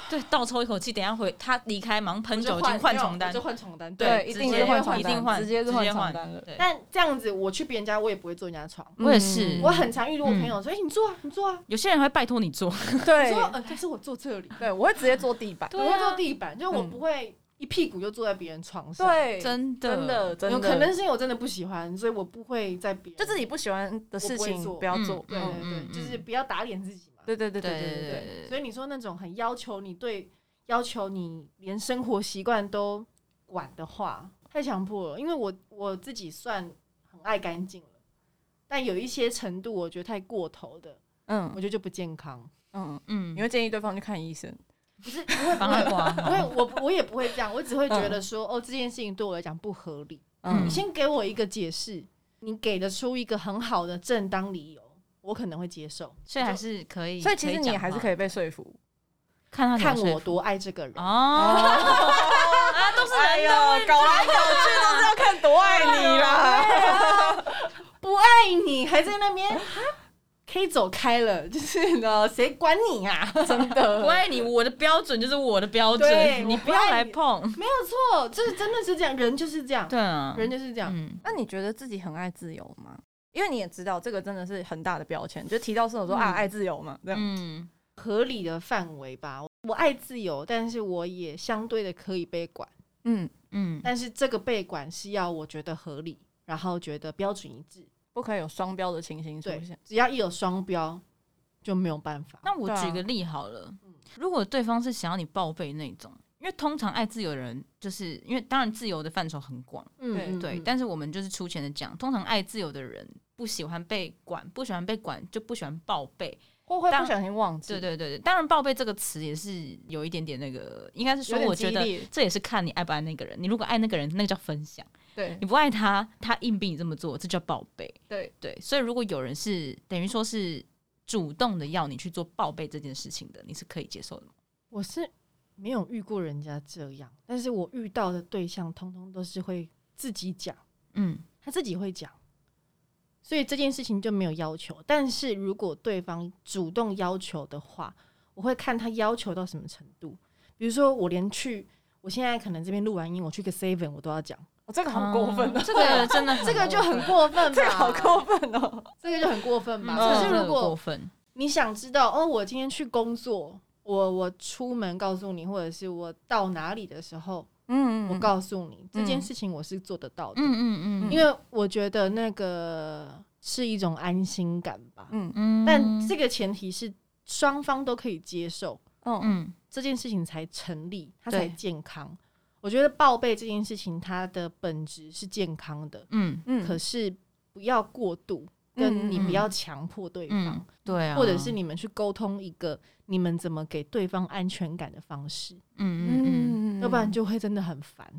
Speaker 2: 对，倒抽一口气，等一下回他离开，忙喷酒
Speaker 3: 我
Speaker 2: 精
Speaker 3: 就
Speaker 2: 换床单
Speaker 3: 我就。换床单。
Speaker 2: 对
Speaker 1: 一
Speaker 2: 直
Speaker 1: 定
Speaker 2: 接
Speaker 1: 是换床
Speaker 2: 一
Speaker 1: 单
Speaker 2: 定换，
Speaker 1: 直接是
Speaker 2: 换
Speaker 1: 换床单了
Speaker 2: 对，
Speaker 3: 但这样子，我去别人家，我也不会坐人家的
Speaker 1: 嗯
Speaker 3: 床。
Speaker 2: 我也是
Speaker 3: 我很常遇到我朋友说：“哎、你坐啊，你坐啊。
Speaker 2: 有些人会拜托你做，”
Speaker 3: 我
Speaker 1: 对
Speaker 3: 说：“呃，但是我 坐这里，
Speaker 1: 对，我会直接坐地板。
Speaker 2: 对啊
Speaker 3: 我会坐地板，就是我
Speaker 1: 嗯
Speaker 3: 不会一屁股就坐在别人床上。”。
Speaker 1: 对，
Speaker 2: 真的
Speaker 1: 真的真的，
Speaker 3: 有可能是因为我真的不喜欢，所以我不会在别人
Speaker 1: 就自己不喜欢的事情
Speaker 3: 我不会做
Speaker 1: 不要做。
Speaker 3: 对对
Speaker 2: 嗯
Speaker 3: 对，
Speaker 2: 嗯
Speaker 3: 就是
Speaker 2: 嗯
Speaker 3: 不要打脸自己嘛。
Speaker 1: 对对对对
Speaker 2: 对
Speaker 1: 对对
Speaker 2: 对
Speaker 1: 对。
Speaker 2: 对
Speaker 3: 所以你说那种很要求你对要求你连生活习惯都管的话，太强迫了。因为我我自己算很爱干净了，但有一些程度我觉得太过头的，我
Speaker 1: 嗯
Speaker 3: 觉得就不健康。
Speaker 1: 嗯，
Speaker 2: 嗯
Speaker 1: 你，会建议对方去看医生？
Speaker 3: 不是不会不
Speaker 2: 帮他
Speaker 3: 会，
Speaker 2: 刮
Speaker 3: 不会我我也不会这样，我只会觉得说、哦这件事情对我来讲不合理。
Speaker 1: 嗯
Speaker 3: 你先给我一个解释，你给得出一个很好的正当理由，我可能会接受，
Speaker 2: 所以还是可以。
Speaker 1: 所以其实你还是可
Speaker 2: 以
Speaker 1: 以被说服。
Speaker 2: 讲话看他
Speaker 3: 看
Speaker 2: 怎么
Speaker 3: 我
Speaker 2: 说服
Speaker 3: 多爱这个人。
Speaker 2: 哦，啊，都是
Speaker 1: 哎
Speaker 2: 人
Speaker 1: 呦
Speaker 2: 的，
Speaker 1: 搞来搞去都是要看多爱你啦。
Speaker 3: 不爱你，还在那 边可以走开了，就是呢，谁管你呀、啊？真的
Speaker 2: 不爱你，我的标准就是我的标
Speaker 3: 对
Speaker 2: 准，你
Speaker 3: 我
Speaker 2: 不
Speaker 3: 不
Speaker 2: 要
Speaker 3: 爱
Speaker 2: 来
Speaker 3: 你
Speaker 2: 碰。
Speaker 3: 没有错，这真的是这样，人就是这样，
Speaker 2: 对啊，
Speaker 3: 人就是这样。
Speaker 2: 嗯，
Speaker 1: 那你觉得自己很爱自由吗？因为你也知道，这个真的是很大的标签，就提到射手座啊，
Speaker 3: 嗯
Speaker 1: 爱自由嘛，这样。
Speaker 2: 嗯，
Speaker 3: 合理的范围吧。我爱自由，但是我也相对的可以被管，
Speaker 1: 嗯，
Speaker 2: 嗯，
Speaker 3: 但是这个被管是要我觉得合理，然后觉得标准一致。
Speaker 1: 不可以有双标的情形出
Speaker 3: 对
Speaker 1: 现。，
Speaker 3: 只要一有双标，就没有办法。
Speaker 2: 那我
Speaker 1: 对啊
Speaker 2: 举个例好了，如果对方是想要你报备那种，因为通常爱自由的人，就是因为当然自由的范畴很广，
Speaker 1: 对
Speaker 2: 对，
Speaker 3: 嗯
Speaker 2: 但是我们就是粗浅的讲，通常爱自由的人不喜欢被管，不喜欢被管就不喜欢报备，
Speaker 1: 或会
Speaker 2: 当
Speaker 1: 不小心忘记。
Speaker 2: 对对对对，当然报备这个词也是有一点点那个，应该是说
Speaker 1: 有点
Speaker 2: 我觉
Speaker 1: 激
Speaker 2: 得
Speaker 1: 烈
Speaker 2: 这也是看你爱不爱那个人，你如果爱那个人，那个叫分享。
Speaker 1: 对
Speaker 2: 你不爱他，他硬逼你这么做，这叫报备。
Speaker 1: 对
Speaker 2: 对，所以如果有人是等于说是主动的要你去做报备这件事情的，你是可以接受的吗？
Speaker 3: 我是没有遇过人家这样，但是我遇到的对象通通都是会自己讲，
Speaker 2: 嗯
Speaker 3: 他自己会讲，所以这件事情就没有要求。但是如果对方主动要求的话，我会看他要求到什么程度。比如说，我连去，我现在可能这边录完音，我去个 seven 我都要讲，
Speaker 1: 哦这个好过分哦，
Speaker 2: 嗯这 个啊真的很
Speaker 3: 这个就很
Speaker 2: 过
Speaker 3: 过 分吧？
Speaker 1: 这个好过分哦。
Speaker 3: 这个就很过分
Speaker 2: 分
Speaker 3: 吧？
Speaker 2: 嗯
Speaker 3: 可
Speaker 2: 这
Speaker 3: 是
Speaker 2: 个
Speaker 3: 如果
Speaker 2: 过分，
Speaker 3: 你想知道哦，我今天去工作，我我出门告诉你，或者是我到哪里的时候，
Speaker 1: 嗯
Speaker 3: 我告诉你这件
Speaker 1: 嗯
Speaker 3: 事情我是做得到的，
Speaker 2: 嗯嗯嗯，
Speaker 3: 因为我觉得那个是一种安心感吧。
Speaker 1: 嗯
Speaker 2: 嗯，
Speaker 3: 但这个前提是双方都可以接受
Speaker 1: 嗯
Speaker 2: 嗯
Speaker 3: 这件事情才成立，它
Speaker 2: 对
Speaker 3: 才健康。我觉得报备这件事情，它的本质是健康的，
Speaker 2: 嗯
Speaker 1: 嗯，
Speaker 3: 可是不要过度，跟你不要强迫对方。
Speaker 2: 嗯，对啊，
Speaker 3: 或者是你们去沟通一个你们怎么给对方安全感的方式，
Speaker 2: 嗯嗯嗯，
Speaker 3: 要不然就会真的很烦，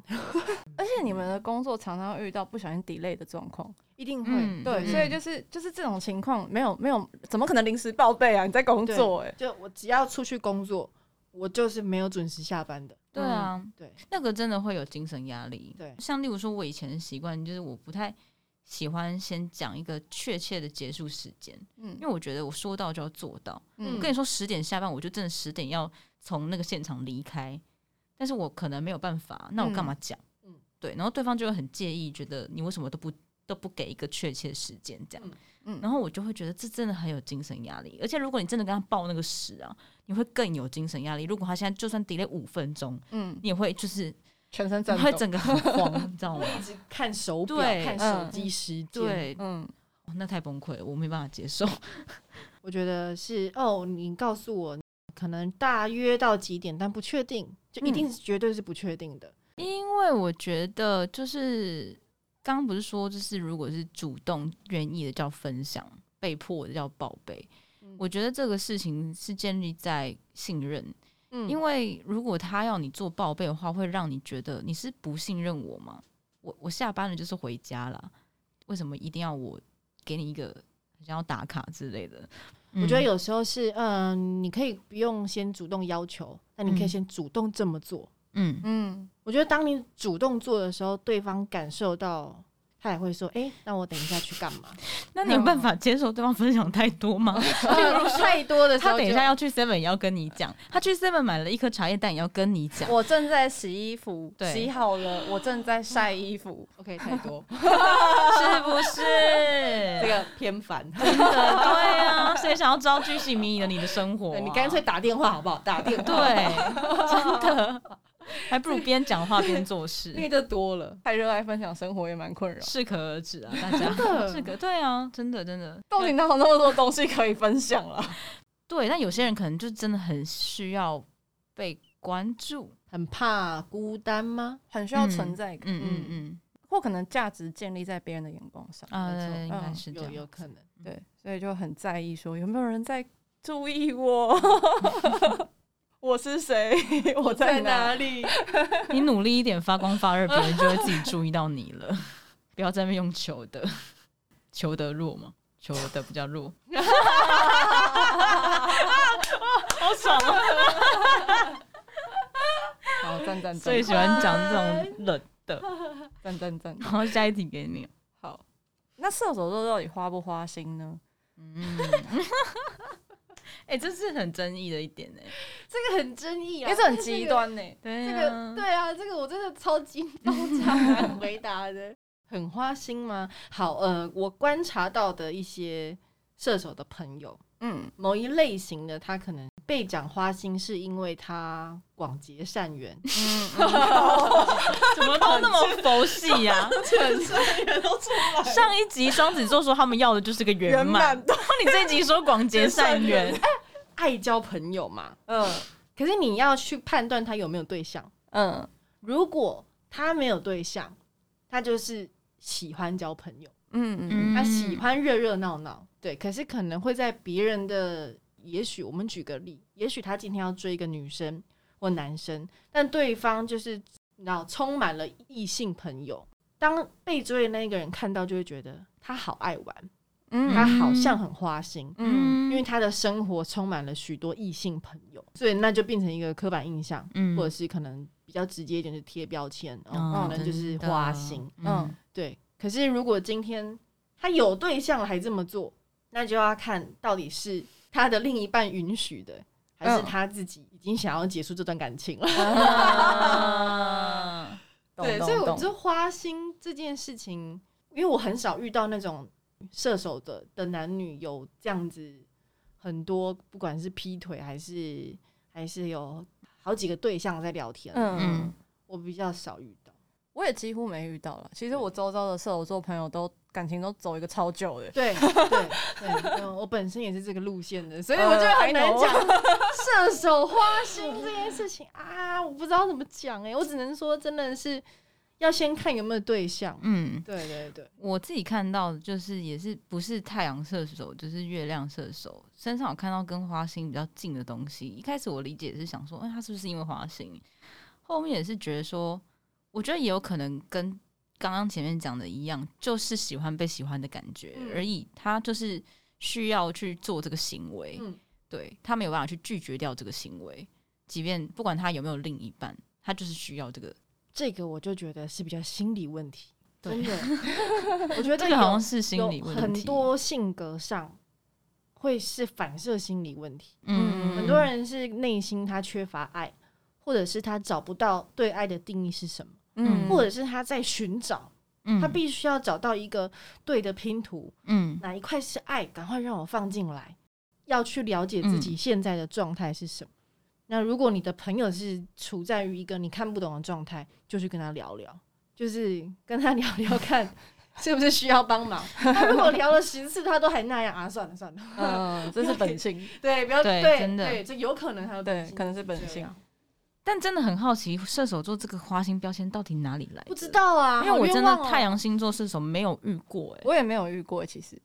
Speaker 1: 而且你们的工作常常遇到不小心 delay 的状况，
Speaker 3: 一定会。
Speaker 2: 嗯
Speaker 1: 对，
Speaker 2: 嗯
Speaker 1: 所以就是就是这种情况，没有没有，怎么可能临时报备啊？你在工作哎、
Speaker 3: 就我只要出去工作，我就是没有准时下班的。
Speaker 2: 对啊，
Speaker 3: 对
Speaker 2: 那个真的会有精神压力。
Speaker 3: 对
Speaker 2: 像例如说，我以前的习惯就是我不太喜欢先讲一个确切的结束时间，
Speaker 1: 嗯
Speaker 2: 因为我觉得我说到就要做到。
Speaker 1: 嗯
Speaker 2: 我跟你说，十点下班，我就真的十点要从那个现场离开，但是我可能没有办法，那我干嘛讲？
Speaker 3: 嗯嗯
Speaker 2: 对，然后对方就会很介意，觉得你为什么都不都不给一个确切时间这样，
Speaker 1: 嗯
Speaker 2: 然后我就会觉得这真的很有精神压力，而且如果你真的跟他报那个时啊，你会更有精神压力。如果他现在就算 delay 五分钟，
Speaker 1: 嗯，
Speaker 2: 你也会就是
Speaker 1: 全身
Speaker 2: 你
Speaker 1: 震
Speaker 2: 会
Speaker 1: 动，
Speaker 2: 整个很慌，你知道吗？
Speaker 3: 一直看手表、
Speaker 2: 对嗯
Speaker 3: 看手机时 间，
Speaker 2: 对，
Speaker 1: 嗯
Speaker 2: 哦那太崩溃了，我没办法接受。
Speaker 3: 我觉得是哦。你告诉我，可能大约到几点，但不确定，就一
Speaker 2: 嗯
Speaker 3: 定是绝对是不确定的。
Speaker 2: 因为我觉得就是刚刚不是说，就是如果是主动愿意的叫分享，被迫的叫报备。
Speaker 3: 嗯
Speaker 2: 我觉得这个事情是建立在信任，
Speaker 3: 嗯
Speaker 2: 因为如果他要你做报备的话，会让你觉得你是不信任我吗？我我下班了就是回家啦，为什么一定要我给你一个想要打卡之类的？
Speaker 3: 我觉得
Speaker 2: 嗯
Speaker 3: 有时候是，嗯、你可以不用先主动要求，但你可以
Speaker 2: 嗯
Speaker 3: 先主动这么做。
Speaker 2: 嗯
Speaker 1: 嗯
Speaker 3: 我觉得当你主动做的时候，对方感受到，他也会说：“哎、那我等一下去干嘛
Speaker 2: 那你有办法接受对方分享太多 吗？？”
Speaker 3: 太多的时候
Speaker 2: 他
Speaker 3: 就，
Speaker 2: 等一下要去 Seven 也要跟你讲，他去 Seven 买了一颗茶叶蛋也要跟你讲。
Speaker 1: 我正在洗衣服，
Speaker 2: 对嗯
Speaker 1: 洗好了，我正在晒衣服，
Speaker 3: OK 太多，
Speaker 2: 是不是？
Speaker 3: 这个偏烦。
Speaker 2: 真的 对啊，谁想要知道居心迷你的你的生活啊、
Speaker 3: 对你干脆打电话好不好？打电
Speaker 2: 对
Speaker 3: 话，，
Speaker 2: 真的，还不如边讲话边做
Speaker 3: 那 个
Speaker 2: 事，
Speaker 3: 就多了。
Speaker 1: 太热爱分享生活也蛮困扰。
Speaker 2: 适可而止啊，大家
Speaker 3: 的
Speaker 2: 适可对啊，真的真的
Speaker 1: 到底哪有那么多东西可以分享啊了？
Speaker 2: 对。但有些人可能就真的很需要被关注，
Speaker 3: 很怕孤单吗？
Speaker 1: 很需要存在感，
Speaker 2: 嗯嗯嗯
Speaker 1: 或可能价值建立在别人的眼光上，
Speaker 2: 啊，
Speaker 3: 没错
Speaker 2: 对应该
Speaker 1: 嗯
Speaker 2: 是这
Speaker 3: 有
Speaker 2: 样，
Speaker 3: 有可能。
Speaker 1: 对，所以就很在意说有没有人在注意我， 我是谁，我在哪 里。
Speaker 3: 里？
Speaker 2: 你努力一点，发光发热，别 人就会自己注意到你了。不要在那边用求的，求得弱吗？求的比较 弱。好爽啊！
Speaker 1: 好赞赞
Speaker 2: 最
Speaker 1: 赞
Speaker 2: 喜欢讲这种冷的。
Speaker 1: 赞赞赞。
Speaker 2: 然后下一题给你。
Speaker 1: 好，那射手座到底花不花心呢？
Speaker 2: 嗯，哎、这是很争议的一点哎、
Speaker 3: 这个很争议
Speaker 1: 因
Speaker 3: 啊，
Speaker 1: 为这很极端呢、
Speaker 2: 对
Speaker 3: 这个对啊，这个我真的超级 爆炸难回答的，很花心吗？好，呃，我观察到的一些射手的朋友，
Speaker 1: 嗯，
Speaker 3: 某一类型的他可能被讲花心，是因为他广结善缘，
Speaker 2: 怎么都那么佛系呀、 上一集双子座说他们要的就是个圆满，然后你这一集说广结善 缘，
Speaker 3: 爱交朋友嘛。
Speaker 1: 嗯
Speaker 3: 可是你要去判断他有没有对象，
Speaker 1: 嗯
Speaker 3: 如果他没有对象，他就是喜欢交朋友。
Speaker 1: 嗯嗯
Speaker 2: 嗯
Speaker 3: 他喜欢热热闹闹，对，可是可能会在别人的，也许我们举个例，也许他今天要追一个女生或男生，但对方就是然后充满了异性朋友，当被追的那一个人看到，就会觉得他好爱玩，他
Speaker 1: 嗯
Speaker 3: 好像很花心。
Speaker 1: 嗯
Speaker 3: 因为他的生活充满了许多异性朋友，所以那就变成一个刻板印象，
Speaker 2: 嗯
Speaker 3: 或者是可能比较直接一点，就贴标签，
Speaker 1: 哦
Speaker 3: 哦，可能就是花心。，
Speaker 1: 嗯
Speaker 3: 对，可是如果今天他有对象了还这么做，那就要看到底是他的另一半允许的，还是
Speaker 1: 嗯
Speaker 3: 他自己已经想要结束这段感情了。
Speaker 1: 啊懂
Speaker 3: 对，
Speaker 1: 嗯懂
Speaker 3: 所以我
Speaker 1: 懂
Speaker 3: 就花心这件事情，因为我很少遇到那种射手的的男女有这样子很多，不管是劈腿还是还是有好几个对象在聊天，
Speaker 1: 嗯
Speaker 2: 嗯
Speaker 1: 嗯，
Speaker 3: 我比较少遇到。
Speaker 1: 我也几乎没遇到了。其实我周遭的射手座朋友都感情都走一个超久的，
Speaker 3: 对对对，嗯我本身也是这个路线的，所以我觉得
Speaker 2: 嗯
Speaker 1: 呃
Speaker 3: 很难
Speaker 1: I know
Speaker 3: 讲 射手花心这件事情啊，我不知道怎么讲哎、我只能说真的是要先看有没有对象。
Speaker 2: 嗯，
Speaker 3: 对对对，
Speaker 2: 我自己看到的就是也是不是太阳射手，就是月亮射手身上有看到跟花心比较近的东西。一开始我理解是想说，哎、他是不是因为花心？后面也是觉得说，我觉得也有可能跟刚刚前面讲的一样，就是喜欢被喜欢的感觉、
Speaker 3: 嗯
Speaker 2: 而已。他就是需要去做这个行为，
Speaker 3: 嗯
Speaker 2: 对他没有办法去拒绝掉这个行为，即便不管他有没有另一半，他就是需要这个。
Speaker 3: 这个我就觉得是比较心理问题，
Speaker 2: 对
Speaker 3: 真 的，我觉得
Speaker 2: 这个好像
Speaker 3: 有
Speaker 2: 是心理
Speaker 3: 有
Speaker 2: 问题，
Speaker 3: 很多性格上会是反射心理问题。
Speaker 1: 嗯
Speaker 3: 很多人是内心他缺乏爱，或者是他找不到对爱的定义是什么，
Speaker 2: 嗯
Speaker 3: 或者是他在寻找。
Speaker 2: 嗯
Speaker 3: 他必须要找到一个对的拼图，
Speaker 2: 嗯
Speaker 3: 哪一块是爱，赶快让我放进来。要去了解自己
Speaker 2: 嗯
Speaker 3: 现在的状态是什么。那如果你的朋友是处在于一个你看不懂的状态，就去跟他聊聊，就是跟他聊聊看是不是需要帮忙。他如果聊了十次他都还那样啊，算了算了，
Speaker 1: 嗯，这是本 性，
Speaker 3: 对，不要
Speaker 2: 对
Speaker 3: 对
Speaker 2: 真的
Speaker 3: 对，这有可能他的本
Speaker 1: 对，
Speaker 3: 性
Speaker 1: 可能是本
Speaker 3: 这
Speaker 1: 性
Speaker 3: 样。
Speaker 2: 但真的很好奇，射手座这个花心标签到底哪里来的？
Speaker 3: 不知，道啊，
Speaker 2: 因为我
Speaker 3: 好冤
Speaker 2: 真的
Speaker 3: 枉哦
Speaker 2: 太阳星座射手没有遇过、欸，
Speaker 1: 我也没有遇过，其实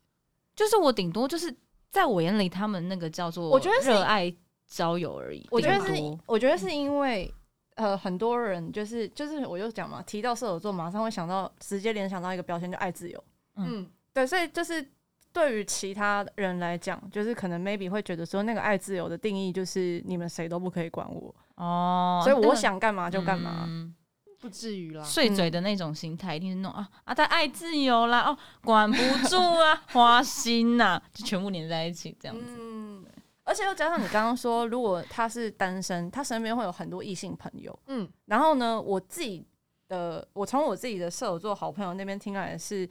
Speaker 2: 就是我顶多就是在我眼里，他们那个叫做
Speaker 3: 我觉得是
Speaker 2: 热爱交友而已。
Speaker 1: 我觉得
Speaker 2: 顶
Speaker 1: 是
Speaker 2: 多，嗯
Speaker 1: 我觉得是因为。呃，很多人就是就是，我就讲嘛，提到射手座，马上会想到直接联想到一个标签，就爱自由。
Speaker 3: 嗯，
Speaker 1: 对，所以就是对于其他人来讲，就是可能 maybe 会觉得说，那个爱自由的定义就是你们谁都不可以管我，
Speaker 2: 哦，
Speaker 1: 所以
Speaker 2: 那
Speaker 1: 我
Speaker 2: 个
Speaker 1: 想干嘛就干嘛。嗯
Speaker 2: 嗯
Speaker 3: 不至于啦。
Speaker 2: 碎嘴的那种心态，一定是那种啊啊，他爱自由啦，哦，管不住 啊，花心呐、就全部连在一起这样子。
Speaker 1: 嗯，而且又加上你刚刚说，如果他是单身，他身边会有很多异性朋友。
Speaker 3: 嗯，
Speaker 1: 然后呢，我自己的，我从我自己的射手座好朋友那边听来的是，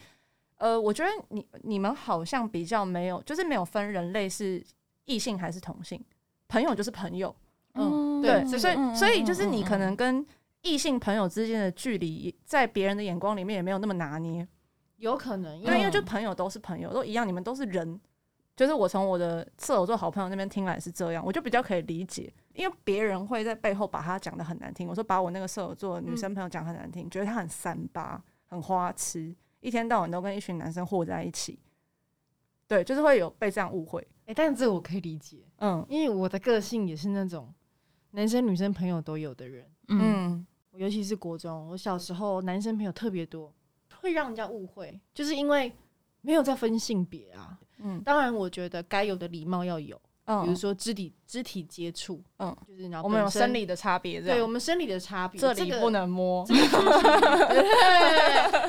Speaker 1: 呃，我觉得你你们好像比较没有，就是没有分人类是异性还是同性，朋友就是朋友。
Speaker 3: 嗯
Speaker 1: 对，
Speaker 3: 这个
Speaker 1: 所以
Speaker 2: 嗯
Speaker 1: 所以就是你可能跟异性朋友之间的距离，在别人的眼光里面也没有那么拿捏，
Speaker 3: 有可能，因
Speaker 1: 对，因
Speaker 3: 为
Speaker 1: 为就朋友都是朋友，都一样，你们都是人。就是我从我的射手座好朋友那边听来是这样，我就比较可以理解，因为别人会在背后把他讲的很难听。我说把我那个射手座的
Speaker 3: 嗯
Speaker 1: 女生朋友讲得很难听，觉得她很三八、很花痴，一天到晚都跟一群男生和在一起，对，就是会有被这样误会。
Speaker 3: 哎，但这我可以理解。
Speaker 1: 嗯
Speaker 3: 因为我的个性也是那种男生女生朋友都有的人，
Speaker 2: 嗯
Speaker 1: 嗯
Speaker 3: 我尤其是国中，我小时候男生朋友特别多，会让人家误会，就是因为没有在分性别啊，
Speaker 1: 嗯
Speaker 3: 当然，我觉得该有的礼貌要有，比如
Speaker 1: 嗯，
Speaker 3: 说肢体肢体接触，
Speaker 1: 嗯，
Speaker 3: 就是然后
Speaker 1: 我们有
Speaker 3: 本身
Speaker 1: 生理的差别，这
Speaker 3: 对我
Speaker 1: 样
Speaker 3: 们生理的差别，
Speaker 1: 这
Speaker 3: 这
Speaker 1: 里
Speaker 3: 个
Speaker 1: 不能摸，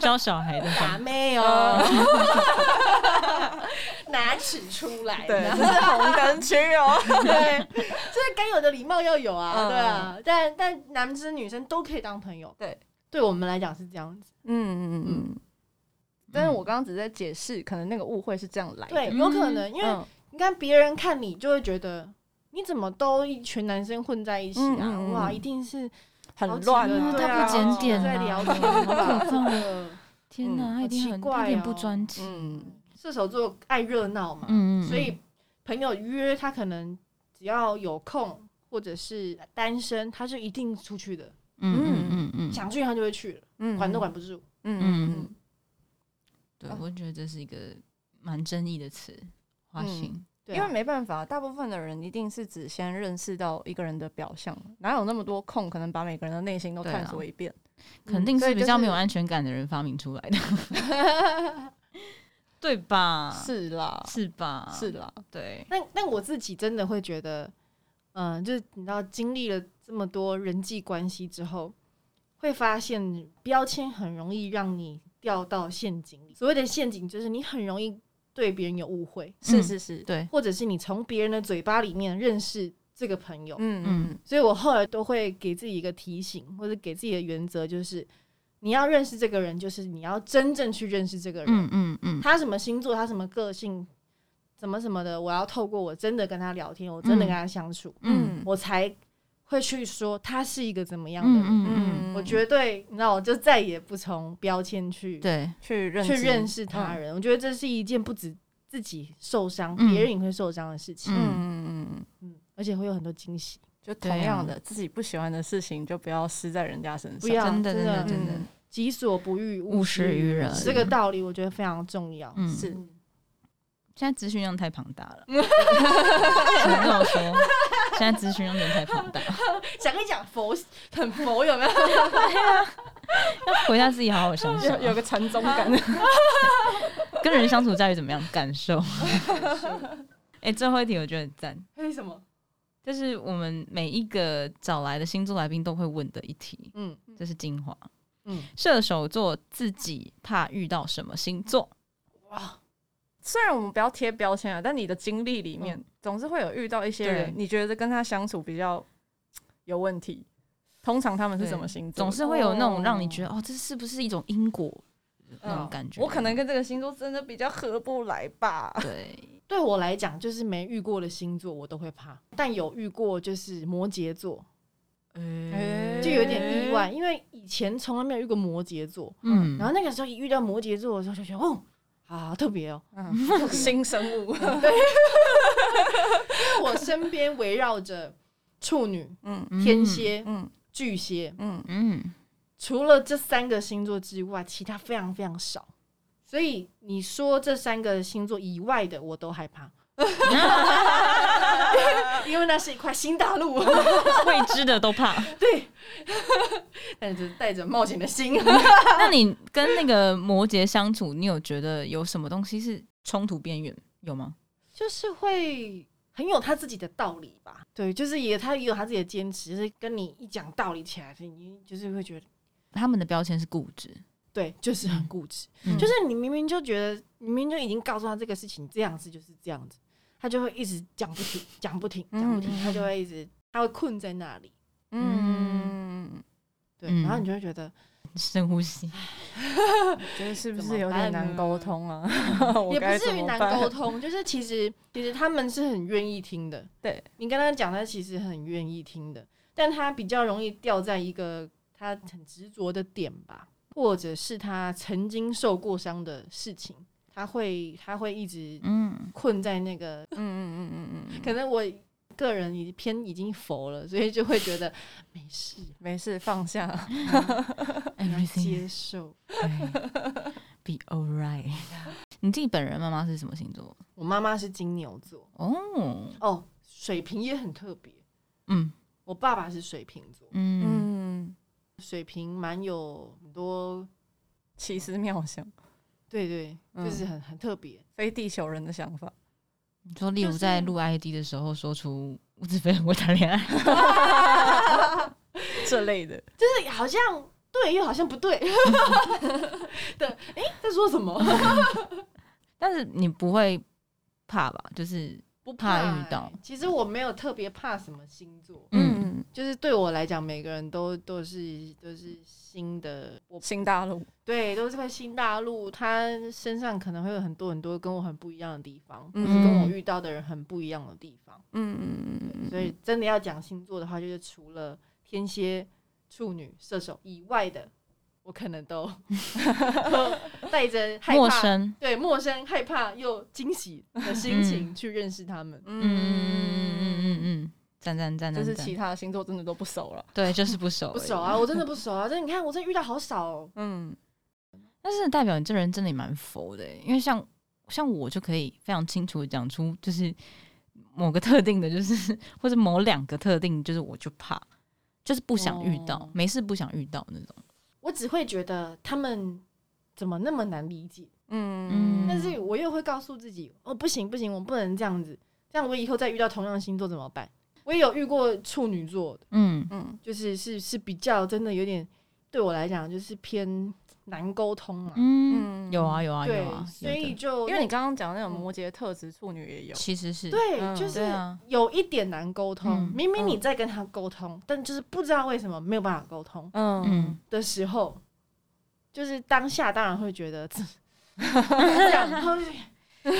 Speaker 2: 教小孩的
Speaker 3: 打
Speaker 2: 方
Speaker 3: 妹哦，
Speaker 1: 嗯
Speaker 3: 拿尺出来，
Speaker 1: 对，
Speaker 3: 然
Speaker 1: 这
Speaker 3: 后
Speaker 1: 是红灯区哦。
Speaker 3: 对，就是该有的礼貌要有啊，
Speaker 1: 嗯
Speaker 3: 对啊，但但男生女生都可以当朋友，
Speaker 1: 对，
Speaker 3: 对我们来讲是这样子，
Speaker 1: 嗯嗯嗯。 但是我刚刚只是在解释，可能那个误会是这样来的。
Speaker 3: 对，
Speaker 2: 嗯
Speaker 3: 有可能因为
Speaker 1: 哎嗯，
Speaker 3: 你看别人看你就会觉得。你怎么都一群男生混在一起啊？
Speaker 1: 嗯嗯嗯
Speaker 3: 哇，一定是好
Speaker 1: 很
Speaker 3: 几个
Speaker 1: 乱
Speaker 3: 人
Speaker 1: 啊，
Speaker 3: 对啊
Speaker 2: 他不检点啊
Speaker 3: 在聊天吧
Speaker 2: 好
Speaker 3: 这
Speaker 2: 可怕
Speaker 3: 个
Speaker 2: 天哪，
Speaker 1: 嗯
Speaker 2: 他一定
Speaker 3: 好
Speaker 2: 很
Speaker 3: 奇怪哦
Speaker 2: 有点不专情。
Speaker 1: 嗯
Speaker 3: 射手座爱热闹嘛，
Speaker 2: 嗯嗯嗯
Speaker 3: 所以朋友约他可能只要有空或者是单身，他就一定出去的，
Speaker 2: 嗯嗯嗯嗯，
Speaker 3: 想去他就会去了，
Speaker 1: 嗯
Speaker 3: 管都管不住。
Speaker 1: 嗯嗯
Speaker 2: 对，我觉得这是一个蛮争议的词，花心。
Speaker 3: 对
Speaker 1: 因
Speaker 3: 啊、
Speaker 1: 为没办法，大部分的人一定是只先认识到一个人的表象，哪有那么多空可能把每个人的内心都探索一遍？
Speaker 2: 肯定
Speaker 1: 所
Speaker 2: 嗯是
Speaker 1: 以就
Speaker 2: 比较没有
Speaker 1: 是
Speaker 2: 安全感的人发明出来的， 对吧？
Speaker 1: 是啦，
Speaker 2: 是吧？
Speaker 1: 是，啦，
Speaker 2: 对，
Speaker 3: 那那我自己真的会觉得，嗯、就是你知道经历了这么多人际关系之后，会发现标签很容易让你掉到陷阱里。所谓的陷阱就是你很容易对别人有误会，
Speaker 1: 是是是，
Speaker 2: 对，
Speaker 3: 或者是你从别人的嘴巴里面认识这个朋友。
Speaker 1: 嗯嗯
Speaker 2: 嗯
Speaker 3: 所以我后来都会给自己一个提醒，或者给自己的原则，就是你要认识这个人，就是你要真正去认识这个人，
Speaker 2: 嗯嗯嗯，
Speaker 3: 他什么星座，他什么个性，怎么什么的，我要透过我真的跟他聊天，我真的跟他相处，
Speaker 2: 嗯
Speaker 1: 嗯
Speaker 3: 我才会去说他是一个怎么样的
Speaker 2: 嗯
Speaker 3: 人。
Speaker 2: 嗯嗯，
Speaker 3: 我绝对，你知道，我就再也不从标签去
Speaker 2: 对，
Speaker 1: 去认嗯
Speaker 3: 去
Speaker 1: 知
Speaker 3: 认识他，人。我觉得这是一件不止自己受伤，别、
Speaker 2: 嗯
Speaker 3: 人也会受伤的事情。
Speaker 1: 嗯
Speaker 2: 嗯
Speaker 1: 嗯嗯嗯，
Speaker 3: 嗯，而且会有很多惊喜。
Speaker 1: 就同样的自己不喜欢的事情就不要施在人家身上，
Speaker 3: 不要
Speaker 2: 真的
Speaker 3: 真
Speaker 2: 啊真
Speaker 3: 的
Speaker 2: 的真的
Speaker 1: 嗯，
Speaker 3: 己所不欲，
Speaker 2: 勿施于人
Speaker 3: 这个道理我觉得非常重要。
Speaker 2: 嗯，
Speaker 1: 是
Speaker 3: 嗯
Speaker 2: 现在资讯量太庞大 了，只能这么说。现在资讯量有点太庞大，
Speaker 3: 讲一讲佛，很佛有没有？
Speaker 2: 回家自己好好想想
Speaker 1: 有，有个禅宗 感。
Speaker 2: 跟人相处在于怎么样感受。 哎、最后一题我觉得很赞，
Speaker 3: 为什么？
Speaker 2: 这是我们每一个找来的星座来宾都会问的一题，
Speaker 3: 嗯
Speaker 2: 这是精华。
Speaker 3: 嗯，
Speaker 2: 射手座自己怕遇到什么星座？
Speaker 3: 哇，
Speaker 1: 虽然我们不要贴标签啊，但你的经历里面、
Speaker 2: 嗯
Speaker 1: 总是会有遇到一些人
Speaker 2: 对，
Speaker 1: 你觉得跟他相处比较有问题。通常他们是什么星座？
Speaker 2: 总是会有那种让你觉得哦，这是不是一种因果
Speaker 1: 哦
Speaker 2: 那种感觉？
Speaker 1: 嗯我可能跟这个星座真的比较合不来吧。
Speaker 2: 对，
Speaker 3: 对我来讲，就是没遇过的星座我都会怕，但有遇过就是摩羯座，
Speaker 1: 哎
Speaker 3: 就有点意外，因为以前从来没有遇过摩羯座，
Speaker 2: 嗯，
Speaker 3: 然后那个时候一遇到摩羯座的时候，就觉得哦。好特别哦！
Speaker 1: 嗯，新生物。
Speaker 3: 因为我身边围绕着处女、
Speaker 1: 嗯
Speaker 3: 天蝎、
Speaker 1: 嗯
Speaker 3: 巨蟹，
Speaker 1: 嗯
Speaker 2: 嗯，
Speaker 3: 除了这三个星座之外，其他非常非常少。所以你说这三个星座以外的，我都害怕，因为那是一块新大陆。
Speaker 2: 未知的都怕。
Speaker 3: 对， 但是带着冒险的心。
Speaker 2: 那你跟那个摩羯相处，你有觉得有什么东西是冲突边缘有吗？
Speaker 3: 就是会很有他自己的道理吧。对，就是也他也有他自己的坚持，就是跟你一讲道理起来，你就是会觉得
Speaker 2: 他们的标签是固执，
Speaker 3: 对，就是很固执。
Speaker 2: 嗯
Speaker 3: 就是你明明就觉得，你明明就已经告诉他这个事情这样子就是这样子，他就会一直讲不停，讲不停，讲不停
Speaker 1: 嗯，
Speaker 3: 他就会一直他会困在那里。
Speaker 1: 嗯，
Speaker 3: 对，
Speaker 2: 嗯
Speaker 3: 然后你就会觉得，
Speaker 2: 深呼吸。
Speaker 1: 觉得是不
Speaker 3: 怎
Speaker 1: 是
Speaker 3: 么
Speaker 1: 有
Speaker 3: 办
Speaker 1: 点难
Speaker 3: 呢
Speaker 1: 沟通啊？ 我
Speaker 3: 也
Speaker 1: 该
Speaker 3: 不至
Speaker 1: 怎
Speaker 3: 于
Speaker 1: 么
Speaker 3: 难
Speaker 1: 办
Speaker 3: 沟。通，就是其实其实他们是很愿意听的。
Speaker 1: 对
Speaker 3: 你跟他讲，他其实很愿意听的，但他比较容易掉在一个他很执着的点吧，或者是他曾经受过伤的事情，他会他会一直
Speaker 2: 嗯，
Speaker 3: 困在那 个。
Speaker 1: 嗯嗯嗯嗯嗯，
Speaker 3: 可能我个人已经偏已经佛了，所以就会觉得没 事，
Speaker 1: 没事，放下。
Speaker 3: 要
Speaker 2: everything
Speaker 3: 接受。
Speaker 2: be alright。你自己本人妈妈是什么星座？
Speaker 3: 我妈妈是金牛座，
Speaker 2: 哦，
Speaker 3: 哦，水瓶也很特别。
Speaker 2: 嗯
Speaker 3: 我爸爸是水瓶座，
Speaker 2: 嗯，
Speaker 1: 嗯，
Speaker 3: 水瓶蛮有很多
Speaker 1: 奇思妙想。
Speaker 3: 对对，
Speaker 1: 嗯
Speaker 3: 就是很很特别。
Speaker 1: 非地球人的想法。
Speaker 2: 你说，例如在录 ID 的时候说出吴子飞我谈恋爱，嗯
Speaker 1: 这类的，
Speaker 3: 就是好像对又好像不 对对，哎、在说什么？
Speaker 2: 但是你不会怕吧？就是
Speaker 3: 不
Speaker 2: 怕遇到
Speaker 3: 欸其实我没有特别怕什么星座，
Speaker 2: 嗯，
Speaker 1: 嗯，
Speaker 3: 就是对我来讲，每个人都都是都是新的，我
Speaker 1: 新大陆，
Speaker 3: 对都是块新大陆，他身上可能会有很多很多跟我很不一样的地方，
Speaker 1: 嗯
Speaker 3: 或是跟我遇到的人很不一样的地方。
Speaker 1: 嗯嗯嗯嗯，
Speaker 3: 所以真的要讲星座的话，就是除了天蝎、处女、射手以外的，我可 能都都带着害怕
Speaker 2: 陌生，
Speaker 3: 对陌生、害怕又惊喜的心情去认识他们。
Speaker 1: 嗯
Speaker 2: 嗯嗯嗯嗯
Speaker 1: 嗯嗯
Speaker 2: 嗯，赞赞赞
Speaker 1: 就
Speaker 2: 赞
Speaker 1: 是
Speaker 2: 赞
Speaker 1: 其，他的星座真的都不熟了，
Speaker 2: 对，就是不熟，
Speaker 3: 不熟。啊，我真的不熟啊！真 的，你看我真的遇到好少、哦，
Speaker 1: 嗯
Speaker 2: 但是代表你这人真的也蛮佛的欸，因为像像我就可以非常清楚的讲出，就是某个特定的，就是 或者某两个特定，就是我就怕，就是不想遇到，
Speaker 3: 哦
Speaker 2: 没事不想遇到那种。
Speaker 3: 我只会觉得他们怎么那么难理解，
Speaker 1: 嗯
Speaker 3: 但是我又会告诉自己，哦，不行不行，我不能这样子，这样我以后再遇到同样的星座怎么办？我也有遇过处女座的，
Speaker 2: 嗯
Speaker 1: 嗯
Speaker 3: 就是是是比较真的有点对我来讲就是偏难沟通嘛，
Speaker 2: 嗯，
Speaker 1: 嗯
Speaker 2: 有啊，有啊
Speaker 3: 对
Speaker 2: 有啊，，
Speaker 3: 所以就
Speaker 1: 因为你刚刚讲那种摩羯特质，处女也有，
Speaker 2: 其实是
Speaker 3: 对、
Speaker 1: 嗯
Speaker 3: 就是
Speaker 2: 对啊
Speaker 3: 有一点难沟通，
Speaker 2: 嗯
Speaker 3: 明明你在跟他沟通，但就是不知道为什么没有办法沟通，
Speaker 1: 嗯
Speaker 2: 嗯，
Speaker 3: 的时候，就是当下当然会觉得 这样，然后就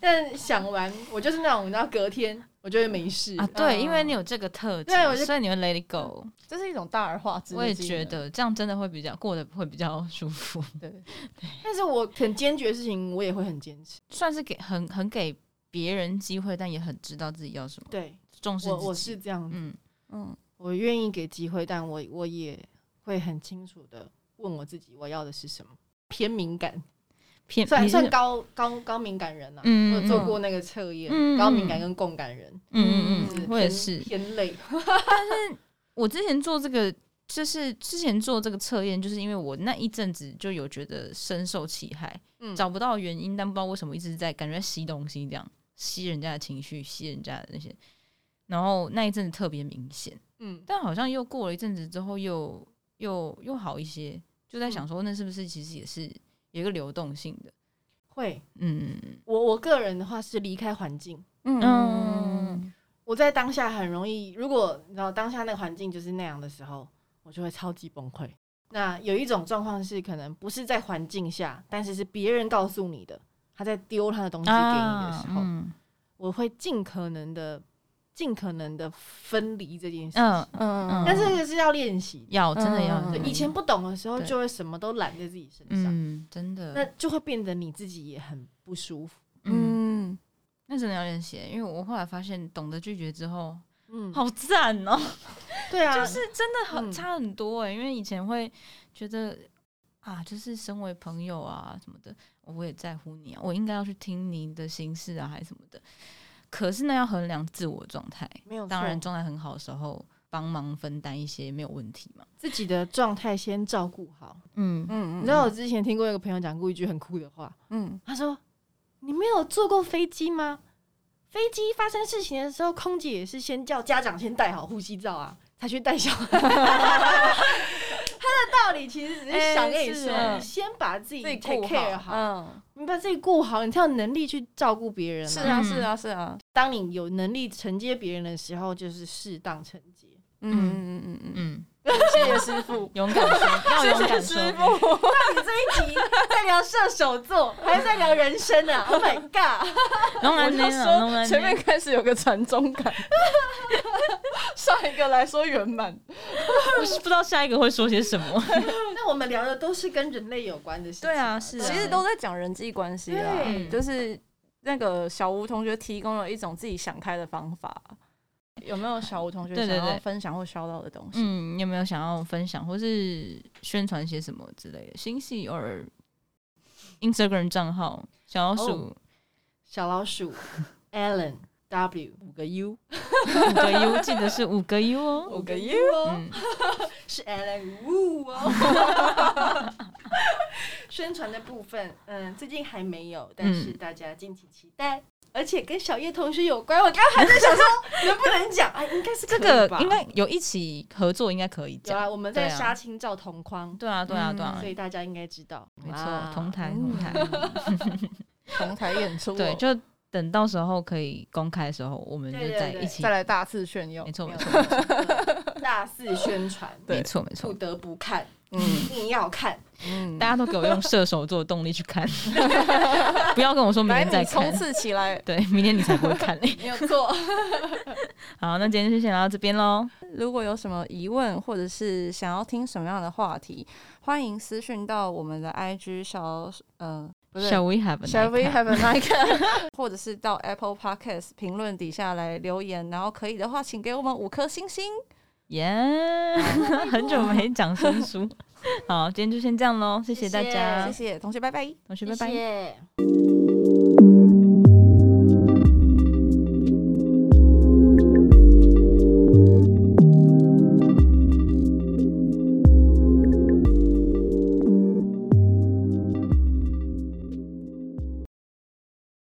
Speaker 3: 但想完，我就是那种，你知道，隔天我就会没事。
Speaker 2: 啊，对，因为你有这个特质
Speaker 3: 嗯对我，就
Speaker 2: 所以你会 let it go。
Speaker 1: 这是一种大而化之。
Speaker 2: 我也觉，得这样真的会比较过得会比较舒服，
Speaker 1: 对，
Speaker 3: 但是我很坚决的事情，我也会很坚持。
Speaker 2: 算是给很很给别人机会，但也很知道自己要什么，
Speaker 3: 对
Speaker 2: 重视
Speaker 3: 我，
Speaker 2: 自
Speaker 3: 我
Speaker 2: 己
Speaker 3: 是这样子，
Speaker 2: 嗯
Speaker 1: 嗯
Speaker 3: 我愿意给机会，但我我也会很清楚的问我自己，我要的是什么。偏敏感，
Speaker 2: 偏
Speaker 3: 算
Speaker 2: 你是
Speaker 3: 算高高高敏感人啊，
Speaker 2: 嗯
Speaker 3: 我有做过那个测验，
Speaker 2: 嗯嗯
Speaker 3: 高敏感跟共感人，
Speaker 2: 嗯嗯
Speaker 3: 就是
Speaker 2: 嗯，我也
Speaker 3: 偏
Speaker 2: 是。
Speaker 3: 偏 累，
Speaker 2: 我之前做这个，就是之前做这个测验，就是因为我那一阵子就有觉得深受其害，
Speaker 3: 嗯
Speaker 2: 找不到原因，但不知道为什么一直在感觉在吸东西，这样吸人家的情绪，吸人家的那些。然后那一阵子特别明显，
Speaker 3: 嗯
Speaker 2: 但好像又过了一阵子之后又，又又好一些，就在想说，那是不是其实也是有一个流动性的？
Speaker 3: 会。
Speaker 2: 嗯嗯
Speaker 3: 我我个人的话是离开环境，
Speaker 1: 嗯嗯
Speaker 2: 嗯
Speaker 3: 我在当下很容易，如果你知道当下那个环境就是那样的时候，我就会超级崩溃。那有一种状况是，可能不是在环境下，但是是别人告诉你的，他在丢他的东西给你的时候，
Speaker 2: 嗯
Speaker 3: 我会尽可能的、尽可能的分离这件事情。
Speaker 2: 嗯，
Speaker 1: 嗯，
Speaker 3: 但是这个是要练习的，
Speaker 2: 要真的要
Speaker 1: 嗯
Speaker 3: 对，以前不懂的时候就会什么都揽在自己身上，
Speaker 2: 嗯真的
Speaker 3: 那就会变得你自己也很不舒服。
Speaker 2: 嗯。
Speaker 1: 嗯，
Speaker 2: 那真的要练习，因为我后来发现，懂得拒绝之后，
Speaker 3: 嗯，
Speaker 2: 好赞哦、
Speaker 3: 对啊，
Speaker 2: 就是真的很、
Speaker 3: 嗯
Speaker 2: 差很多哎、因为以前会觉得啊，就是身为朋友啊什么的，我也在乎你啊，我应该要去听你的心事啊，还是什么的。可是呢，要衡量自我状态，
Speaker 3: 没有错
Speaker 2: 当然状态很好的时候，帮忙分担一些没有问题嘛。
Speaker 3: 自己的状态先照顾好。
Speaker 2: 嗯，
Speaker 1: 嗯，
Speaker 3: 你知道我之前听过一个朋友讲过一句很酷的话，
Speaker 1: 嗯，
Speaker 3: 他说：“你没有坐过飞机吗？飞机发生事情的时候，空姐也是先叫家长先戴好呼吸罩啊，才去带小孩。” 他的道理其实只是想跟你说，
Speaker 1: 哎是
Speaker 3: 你先把自己 take
Speaker 1: 顾
Speaker 3: care 好，
Speaker 1: 嗯，
Speaker 3: 你把自己顾好，你才有能力去照顾别人、啊。
Speaker 1: 是啊，是啊，是啊，
Speaker 3: 当你有能力承接别人的时候，就是适当承接。
Speaker 1: 嗯嗯嗯嗯嗯，
Speaker 2: 嗯，
Speaker 1: 谢谢师傅，
Speaker 2: 勇敢说，要勇
Speaker 1: 谢谢
Speaker 2: 敢
Speaker 1: 师
Speaker 2: 说。
Speaker 1: 傅，
Speaker 3: 你这一集在聊射手座，还是在聊人生啊？Oh my god！
Speaker 2: 然后
Speaker 1: 我
Speaker 2: 呢，
Speaker 1: 就
Speaker 2: 然后
Speaker 1: 说
Speaker 2: 呢
Speaker 1: 前面开始有个传宗感，上一个来说圆满，
Speaker 2: 我是不知道下一个会说些什么。
Speaker 3: 那我们聊的都是跟人类有关的事情、
Speaker 2: 对 啊是啊
Speaker 1: 其实都在讲人际关系啦
Speaker 3: 对，
Speaker 1: 就是那个小吴同学提供了一种自己想开的方法。有没有小吴同学
Speaker 2: 对
Speaker 1: 想
Speaker 2: 对
Speaker 1: 要
Speaker 2: 对
Speaker 1: 分享或烧到的东西？
Speaker 2: 嗯，你有没有想要分享或是宣传些什么之类的？新戏偶尔 Instagram 账号小老鼠
Speaker 3: 小 老鼠 Allen W 五个 U
Speaker 2: 五个 U，记 得是五个 U 哦。
Speaker 1: 五个 U
Speaker 3: 哦，
Speaker 2: 嗯，
Speaker 3: 是 Allen Wu 哦。宣传的部分，嗯，最近还没有，但是
Speaker 2: 嗯
Speaker 3: 大家敬请期待。而且跟小叶同学有关，我刚刚还 在想说能不能讲，哎，应该是
Speaker 2: 这
Speaker 3: 可以
Speaker 2: 个
Speaker 3: 吧
Speaker 2: 应该有一起合作，应该可以
Speaker 3: 有
Speaker 2: 讲。
Speaker 3: 啊，我们在
Speaker 2: 对啊
Speaker 3: 杀青照同框，
Speaker 2: 对啊，对啊，对啊
Speaker 3: 所，以大家应该知道，
Speaker 2: 没
Speaker 3: 哇
Speaker 2: 错，同台
Speaker 1: 嗯
Speaker 2: 同台，
Speaker 1: 同台演出哦，
Speaker 2: 对，就等到时候可以公开的时候，我们就
Speaker 3: 对对
Speaker 2: 再
Speaker 3: 对
Speaker 2: 一起
Speaker 1: 再。来大肆炫耀
Speaker 2: 没。错，没
Speaker 3: 有
Speaker 2: 错，
Speaker 3: 大肆 宣传，
Speaker 1: 对
Speaker 2: 没错，没
Speaker 3: 不
Speaker 2: 错，
Speaker 3: 得不看，
Speaker 1: 嗯
Speaker 3: 一定要看，
Speaker 1: 嗯，
Speaker 2: 大家都给我用射手座的动力去 看，不要跟我说明
Speaker 1: 来
Speaker 2: 天再
Speaker 1: 你冲
Speaker 2: 看。
Speaker 1: 刺起 来，
Speaker 2: 对，明天你才不会 看嘞。
Speaker 3: 没有错。
Speaker 2: 好，那今天就先聊到这边喽。
Speaker 1: 如果有什么疑问，或者是想要听什么样的话题，欢迎私讯到我们的 IG 小呃，不是
Speaker 2: Shall we have a
Speaker 1: Shall we
Speaker 2: night
Speaker 1: have a night？cat？或者 是到 Apple Podcast 评论底下来留言，然后可以的话，请给我们五颗星星。
Speaker 2: 耶 很久没讲生疏。好，今天就先这样喽，谢谢大家，
Speaker 1: 谢谢同学，拜拜。
Speaker 2: 同学，拜拜。
Speaker 3: 谢谢